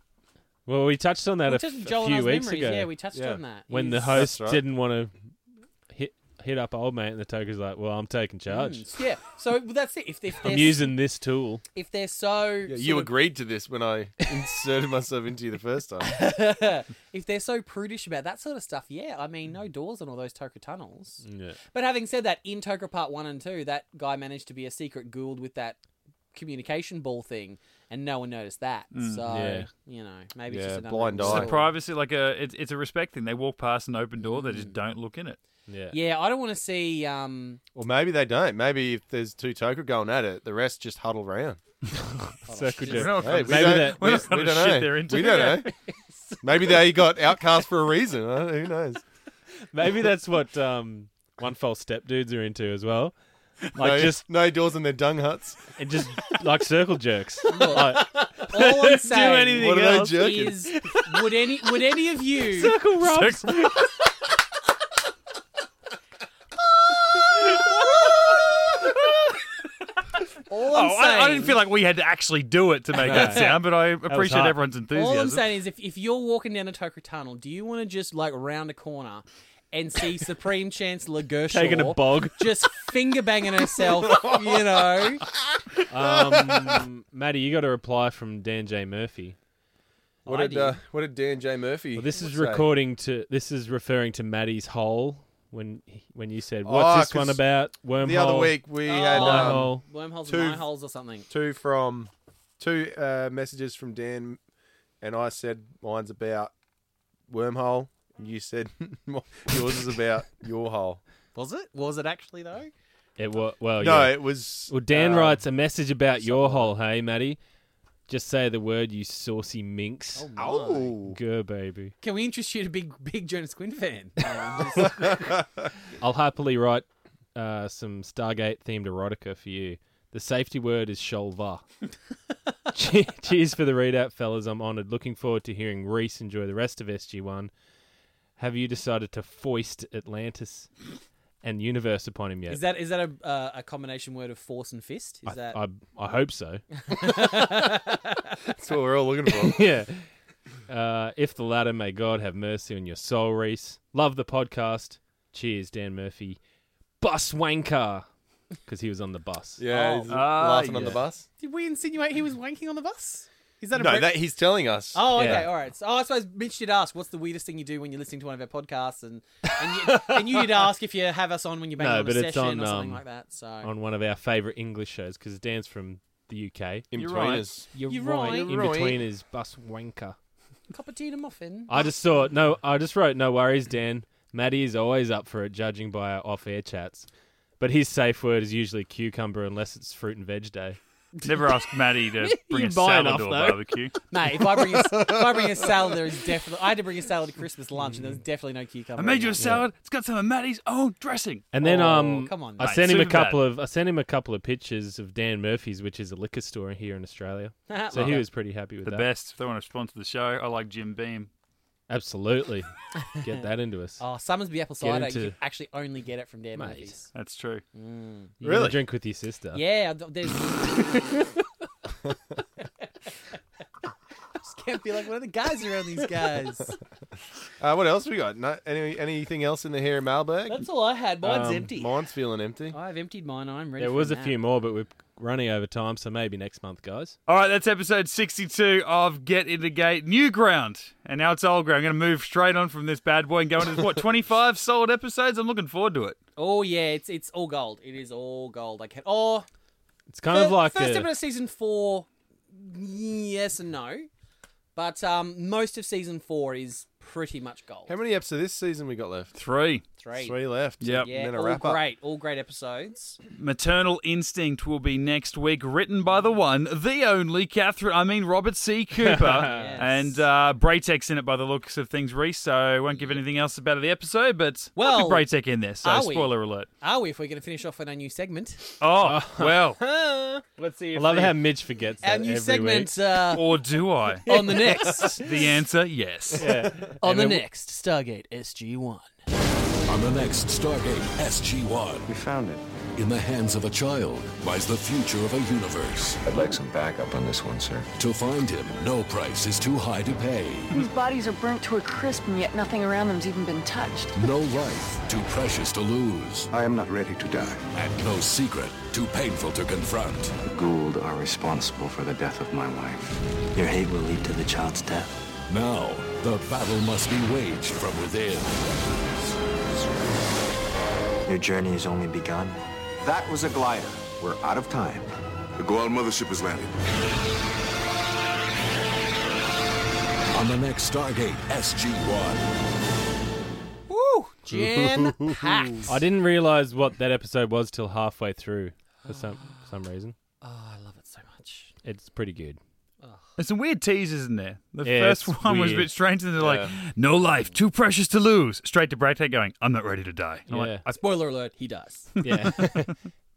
Speaker 3: Well, we touched on that
Speaker 2: We
Speaker 3: a,
Speaker 2: touched on
Speaker 3: f-
Speaker 2: Joel
Speaker 3: a
Speaker 2: and
Speaker 3: few
Speaker 2: I's
Speaker 3: weeks
Speaker 2: memories.
Speaker 3: ago
Speaker 2: Yeah, we touched
Speaker 4: Yeah.
Speaker 2: on that.
Speaker 3: when the
Speaker 2: He's-
Speaker 3: host
Speaker 4: That's right.
Speaker 3: didn't want to hit hit up old mate, and the Toker's like, "Well, I'm taking charge.
Speaker 2: Mm, yeah, so that's it. If, if they're
Speaker 3: I'm using this tool."
Speaker 2: if they're so
Speaker 4: Yeah,
Speaker 2: sort
Speaker 4: you
Speaker 2: of-
Speaker 4: agreed to this when I inserted myself into you the first time.
Speaker 2: if they're so prudish about that sort of stuff, yeah, I mean,
Speaker 4: Mm.
Speaker 2: no doors on all those Toker tunnels.
Speaker 3: Yeah.
Speaker 2: But having said that, in Toker Part 1 and 2, that guy managed to be a secret Gould with that communication ball thing, and no one noticed that. so,
Speaker 3: Yeah.
Speaker 2: you know, maybe it's
Speaker 4: Mm, Yeah,
Speaker 2: just another
Speaker 4: blind
Speaker 2: little
Speaker 4: eye.
Speaker 1: It's a
Speaker 2: story.
Speaker 1: privacy, like a it's, it's a respect thing. They walk past an open door, they just don't look in it.
Speaker 3: Yeah.
Speaker 2: Yeah, I don't want to see. Um,
Speaker 4: Or maybe they don't. Maybe if there's two Tokra going at it, the rest just huddle round.
Speaker 3: Circle jerk.
Speaker 1: We're not
Speaker 4: Hey,
Speaker 1: gonna-
Speaker 4: we
Speaker 3: Maybe
Speaker 4: don't,
Speaker 3: that-
Speaker 4: we,
Speaker 1: we're not
Speaker 4: we
Speaker 1: gonna
Speaker 4: don't
Speaker 1: shit
Speaker 4: know.
Speaker 1: their into
Speaker 4: we
Speaker 1: it.
Speaker 4: don't know. Maybe they got outcast for a reason. Uh, Who knows?
Speaker 3: Maybe that's what um, one false step dudes are into as well. Like
Speaker 4: no,
Speaker 3: just
Speaker 4: no doors in their dung huts.
Speaker 3: and just like circle jerks. Like,
Speaker 2: all I'm saying
Speaker 3: anything
Speaker 4: What are they jerking?
Speaker 2: is, would any would any of you?
Speaker 3: circle rubs.
Speaker 2: All I'm
Speaker 1: Oh,
Speaker 2: saying,
Speaker 1: I, I didn't feel like we had to actually do it to make that sound, but I appreciate
Speaker 3: hard.
Speaker 1: everyone's enthusiasm.
Speaker 2: All I'm saying is, if, if you're walking down a Tokra tunnel, do you want to just like round a corner and see Supreme Chancellor Gershaw
Speaker 3: Taking a bog.
Speaker 2: just finger banging herself, you know?
Speaker 3: Um, Maddie, you got a reply from Dan J Murphy.
Speaker 4: What
Speaker 2: I
Speaker 4: did, uh, what did Dan J. Murphy?
Speaker 3: Well, this is
Speaker 4: say?
Speaker 3: recording to. This is referring to Maddie's hole when when you said,
Speaker 4: Oh,
Speaker 3: "What's this
Speaker 4: 'cause
Speaker 3: one about?" Wormhole.
Speaker 4: The other week we had
Speaker 2: Oh.
Speaker 3: My
Speaker 4: um,
Speaker 3: hole.
Speaker 2: Wormholes
Speaker 4: Two-
Speaker 2: and my holes or something.
Speaker 4: two from two uh, messages from Dan, and I said mine's about wormhole. And you said yours is about your hole.
Speaker 2: Was it? Was it actually though?
Speaker 3: It wa- well,
Speaker 4: no,
Speaker 3: Oh, yeah.
Speaker 4: it was.
Speaker 3: Well, Dan
Speaker 4: uh,
Speaker 3: writes a message about your hole. Hey, Maddie, just say the word, you saucy minx. Oh,
Speaker 4: Oh,
Speaker 3: baby.
Speaker 2: Can we interest you to big big Jonas Quinn fan? Um,
Speaker 3: I'll happily write uh, some Stargate themed erotica for you. The safety word is Sholva. Che- Cheers for the readout, fellas. I'm honoured. Looking forward to hearing Reese enjoy the rest of SG1. Have you decided to foist Atlantis and universe upon him yet?
Speaker 2: is that is that a uh, a combination word of force and fist? Is
Speaker 3: I,
Speaker 2: that
Speaker 3: I, I hope so.
Speaker 4: that's what we're all looking for.
Speaker 3: yeah. Uh, if the latter, may God have mercy on your soul, Reese. Love the podcast. Cheers, Dan Murphy. Bus wanker. Because he was on the bus.
Speaker 4: Yeah,
Speaker 2: Oh.
Speaker 4: he's
Speaker 1: Ah,
Speaker 4: laughing on the
Speaker 1: yeah.
Speaker 4: bus.
Speaker 2: did we insinuate he was wanking on the bus? Is that a
Speaker 4: No,
Speaker 2: break-
Speaker 4: that he's telling us.
Speaker 2: Oh, okay,
Speaker 3: Yeah.
Speaker 2: all right. So, oh, I suppose Mitch did ask, "What's the weirdest thing you do when you're listening to one of our podcasts?" And and you, and you did ask if you have us on when you're banging
Speaker 3: No,
Speaker 2: on a
Speaker 3: but
Speaker 2: session
Speaker 3: it's on,
Speaker 2: or something
Speaker 3: um,
Speaker 2: like that. So
Speaker 3: On one of our favourite English shows, because Dan's from the UK.
Speaker 4: in
Speaker 1: You're
Speaker 4: between
Speaker 1: right.
Speaker 4: us.
Speaker 3: You're,
Speaker 2: You're right. right.
Speaker 3: In
Speaker 4: You're right.
Speaker 3: between is bus wanker.
Speaker 2: cup of tea and a muffin.
Speaker 3: I just saw no. I just wrote no worries, Dan. Maddie is always up for it, judging by our off-air chats. But his safe word is usually cucumber, unless it's fruit and veg day.
Speaker 1: Never ask Maddie to bring
Speaker 9: You buy
Speaker 1: a salad
Speaker 9: enough,
Speaker 1: to a
Speaker 9: though.
Speaker 1: barbecue.
Speaker 2: Mate, if I bring a, if I bring a salad, there is definitely. I had to bring a salad to Christmas lunch, and there was
Speaker 3: Mm.
Speaker 2: definitely no cucumber.
Speaker 1: I made
Speaker 2: in
Speaker 1: you
Speaker 2: it.
Speaker 1: a salad. It's got some of Maddie's own dressing.
Speaker 3: And then
Speaker 2: Oh,
Speaker 3: um,
Speaker 2: come on,
Speaker 3: I
Speaker 1: mate.
Speaker 3: sent him a
Speaker 1: Superbad.
Speaker 3: couple of I sent him a couple of pictures of Dan Murphy's, which is a liquor store here in Australia. So he
Speaker 2: Okay.
Speaker 3: was pretty happy with
Speaker 1: The
Speaker 3: that.
Speaker 1: best. If they want to sponsor the show, I like Jim Beam.
Speaker 3: Absolutely, get that into us.
Speaker 2: Oh, Summersby apple cider.
Speaker 3: into-
Speaker 2: You can actually only get it from Dan
Speaker 3: Mate.
Speaker 2: Murphy's.
Speaker 1: That's true.
Speaker 3: You gonna
Speaker 4: Really?
Speaker 3: drink with your sister.
Speaker 2: Yeah, I d- there's. Just can't be like one of the guys around these guys.
Speaker 4: Uh, what else we got? Not any anything else in the here mailbag?
Speaker 2: That's all I had. Mine's
Speaker 3: Um,
Speaker 2: empty.
Speaker 4: Mine's feeling empty.
Speaker 2: I've emptied mine. I'm ready.
Speaker 3: There
Speaker 2: for
Speaker 3: was a
Speaker 2: nap.
Speaker 3: few more, but we're running over time, so maybe next month, guys.
Speaker 1: All right, that's episode 62 of Get in the Gate. New ground. And now it's old ground. I'm going to move straight on from this bad boy and go into, what, 25 solid episodes? I'm looking forward to it.
Speaker 2: Oh yeah, it's it's all gold. It is all gold. I can. Oh,
Speaker 3: It's kind of
Speaker 2: fir-
Speaker 3: like
Speaker 2: first
Speaker 3: a-
Speaker 2: episode of season four. Yes and no, but um, most of season four is pretty much gold.
Speaker 4: How many episodes this season we got left?
Speaker 1: Three.
Speaker 2: Three.
Speaker 4: Three left.
Speaker 1: Yep.
Speaker 2: Yeah,
Speaker 4: And then a
Speaker 2: all
Speaker 4: wrap up.
Speaker 2: great, all great episodes.
Speaker 1: Maternal Instinct will be next week, written by the one, the only Catherine, I mean, Robert C. Cooper. And uh, Braytek's in it by the looks of things, Reese, so I won't give anything else about the episode, but
Speaker 2: Well,
Speaker 1: might be Braytek in there, so
Speaker 2: are we?
Speaker 1: spoiler alert.
Speaker 2: Are we? If we're going to finish off on our new segment,
Speaker 1: Oh, well.
Speaker 2: Ah,
Speaker 1: Let's see
Speaker 3: I
Speaker 1: if
Speaker 3: love how Mitch forgets
Speaker 2: our
Speaker 3: that
Speaker 2: new
Speaker 3: every
Speaker 2: segment uh,
Speaker 1: Or do I? Oh,
Speaker 2: on the next
Speaker 1: The answer, yes.
Speaker 2: on the next Stargate SG One.
Speaker 10: On the next Stargate SG-1,
Speaker 6: We found it.
Speaker 10: in the hands of a child, lies the future of a universe.
Speaker 6: I'd like some backup on this one, sir.
Speaker 10: To find him, no price is too high to pay,
Speaker 11: These bodies are burnt to a crisp, and yet nothing around them's even been touched.
Speaker 10: no life too precious to lose,
Speaker 6: I am not ready to die.
Speaker 10: and no secret too painful to confront.
Speaker 6: The Gould are responsible for the death of my wife. Your hate will lead to the child's death.
Speaker 10: Now, the battle must be waged from within.
Speaker 6: Your journey has only begun. That was a glider. We're out of time.
Speaker 10: The Goal mothership has landed. On the next Stargate SG-1,
Speaker 2: Woo, jam packed.
Speaker 3: week. I didn't realize what that episode was till halfway through for some some reason.
Speaker 2: Oh, I love it so much.
Speaker 3: It's pretty good.
Speaker 1: There's some weird teasers in there. The
Speaker 3: Yeah,
Speaker 1: first
Speaker 3: it's
Speaker 1: one was a
Speaker 3: weird.
Speaker 1: bit strange, and they're like, "No life, too precious to lose." Straight to Braytek going, "I'm not ready to die." And I'm like,
Speaker 3: Yeah.
Speaker 2: Spoiler alert: He does.
Speaker 3: Yeah.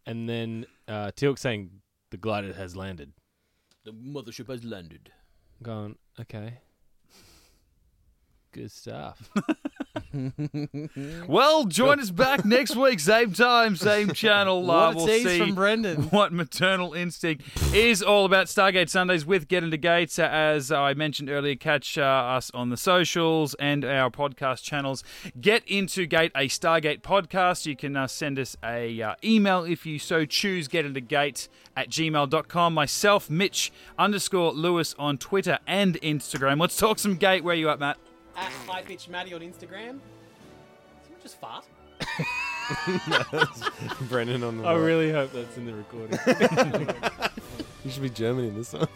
Speaker 3: and then uh, Tilk saying the glider has landed.
Speaker 2: the mothership has landed.
Speaker 3: Going okay. Good stuff.
Speaker 1: well, join us back next week, same time, same channel. Uh,
Speaker 2: What a
Speaker 1: we'll
Speaker 2: tease
Speaker 1: see
Speaker 2: from Brendan.
Speaker 1: what maternal instinct is all about. Stargate Sundays with Get Into Gates. Uh, As I mentioned earlier, catch uh, us on the socials and our podcast channels. Get Into Gate, a Stargate podcast. You can uh, send us a uh, email if you so choose. Get Into Gate at gmail.com. Myself, Mitch underscore Lewis on Twitter and Instagram. Let's talk some gate. Where you at, Matt?
Speaker 2: At High Pitch Maddie on Instagram. Someone just fart.
Speaker 4: Brennan on the.
Speaker 3: I
Speaker 4: right.
Speaker 3: really hope that's in the recording.
Speaker 4: You should be German in this one.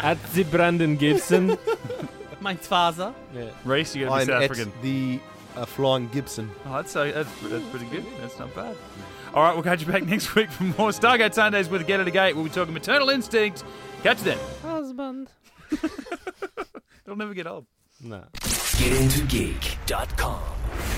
Speaker 3: At the Brandon Gibson.
Speaker 2: Mine's Faza.
Speaker 3: yeah.
Speaker 1: Reese, you got to
Speaker 4: I'm
Speaker 1: be South
Speaker 4: at
Speaker 1: African.
Speaker 4: the uh, flying Gibson.
Speaker 1: Oh, that's, so, that's, that's pretty good. That's not bad. All right, we'll catch you back next week for more Stargate Sundays with Get Out of Gate. We'll be talking maternal instinct. Catch you then.
Speaker 9: Husband.
Speaker 1: It'll never get old.
Speaker 3: No.
Speaker 10: getintogeek.com.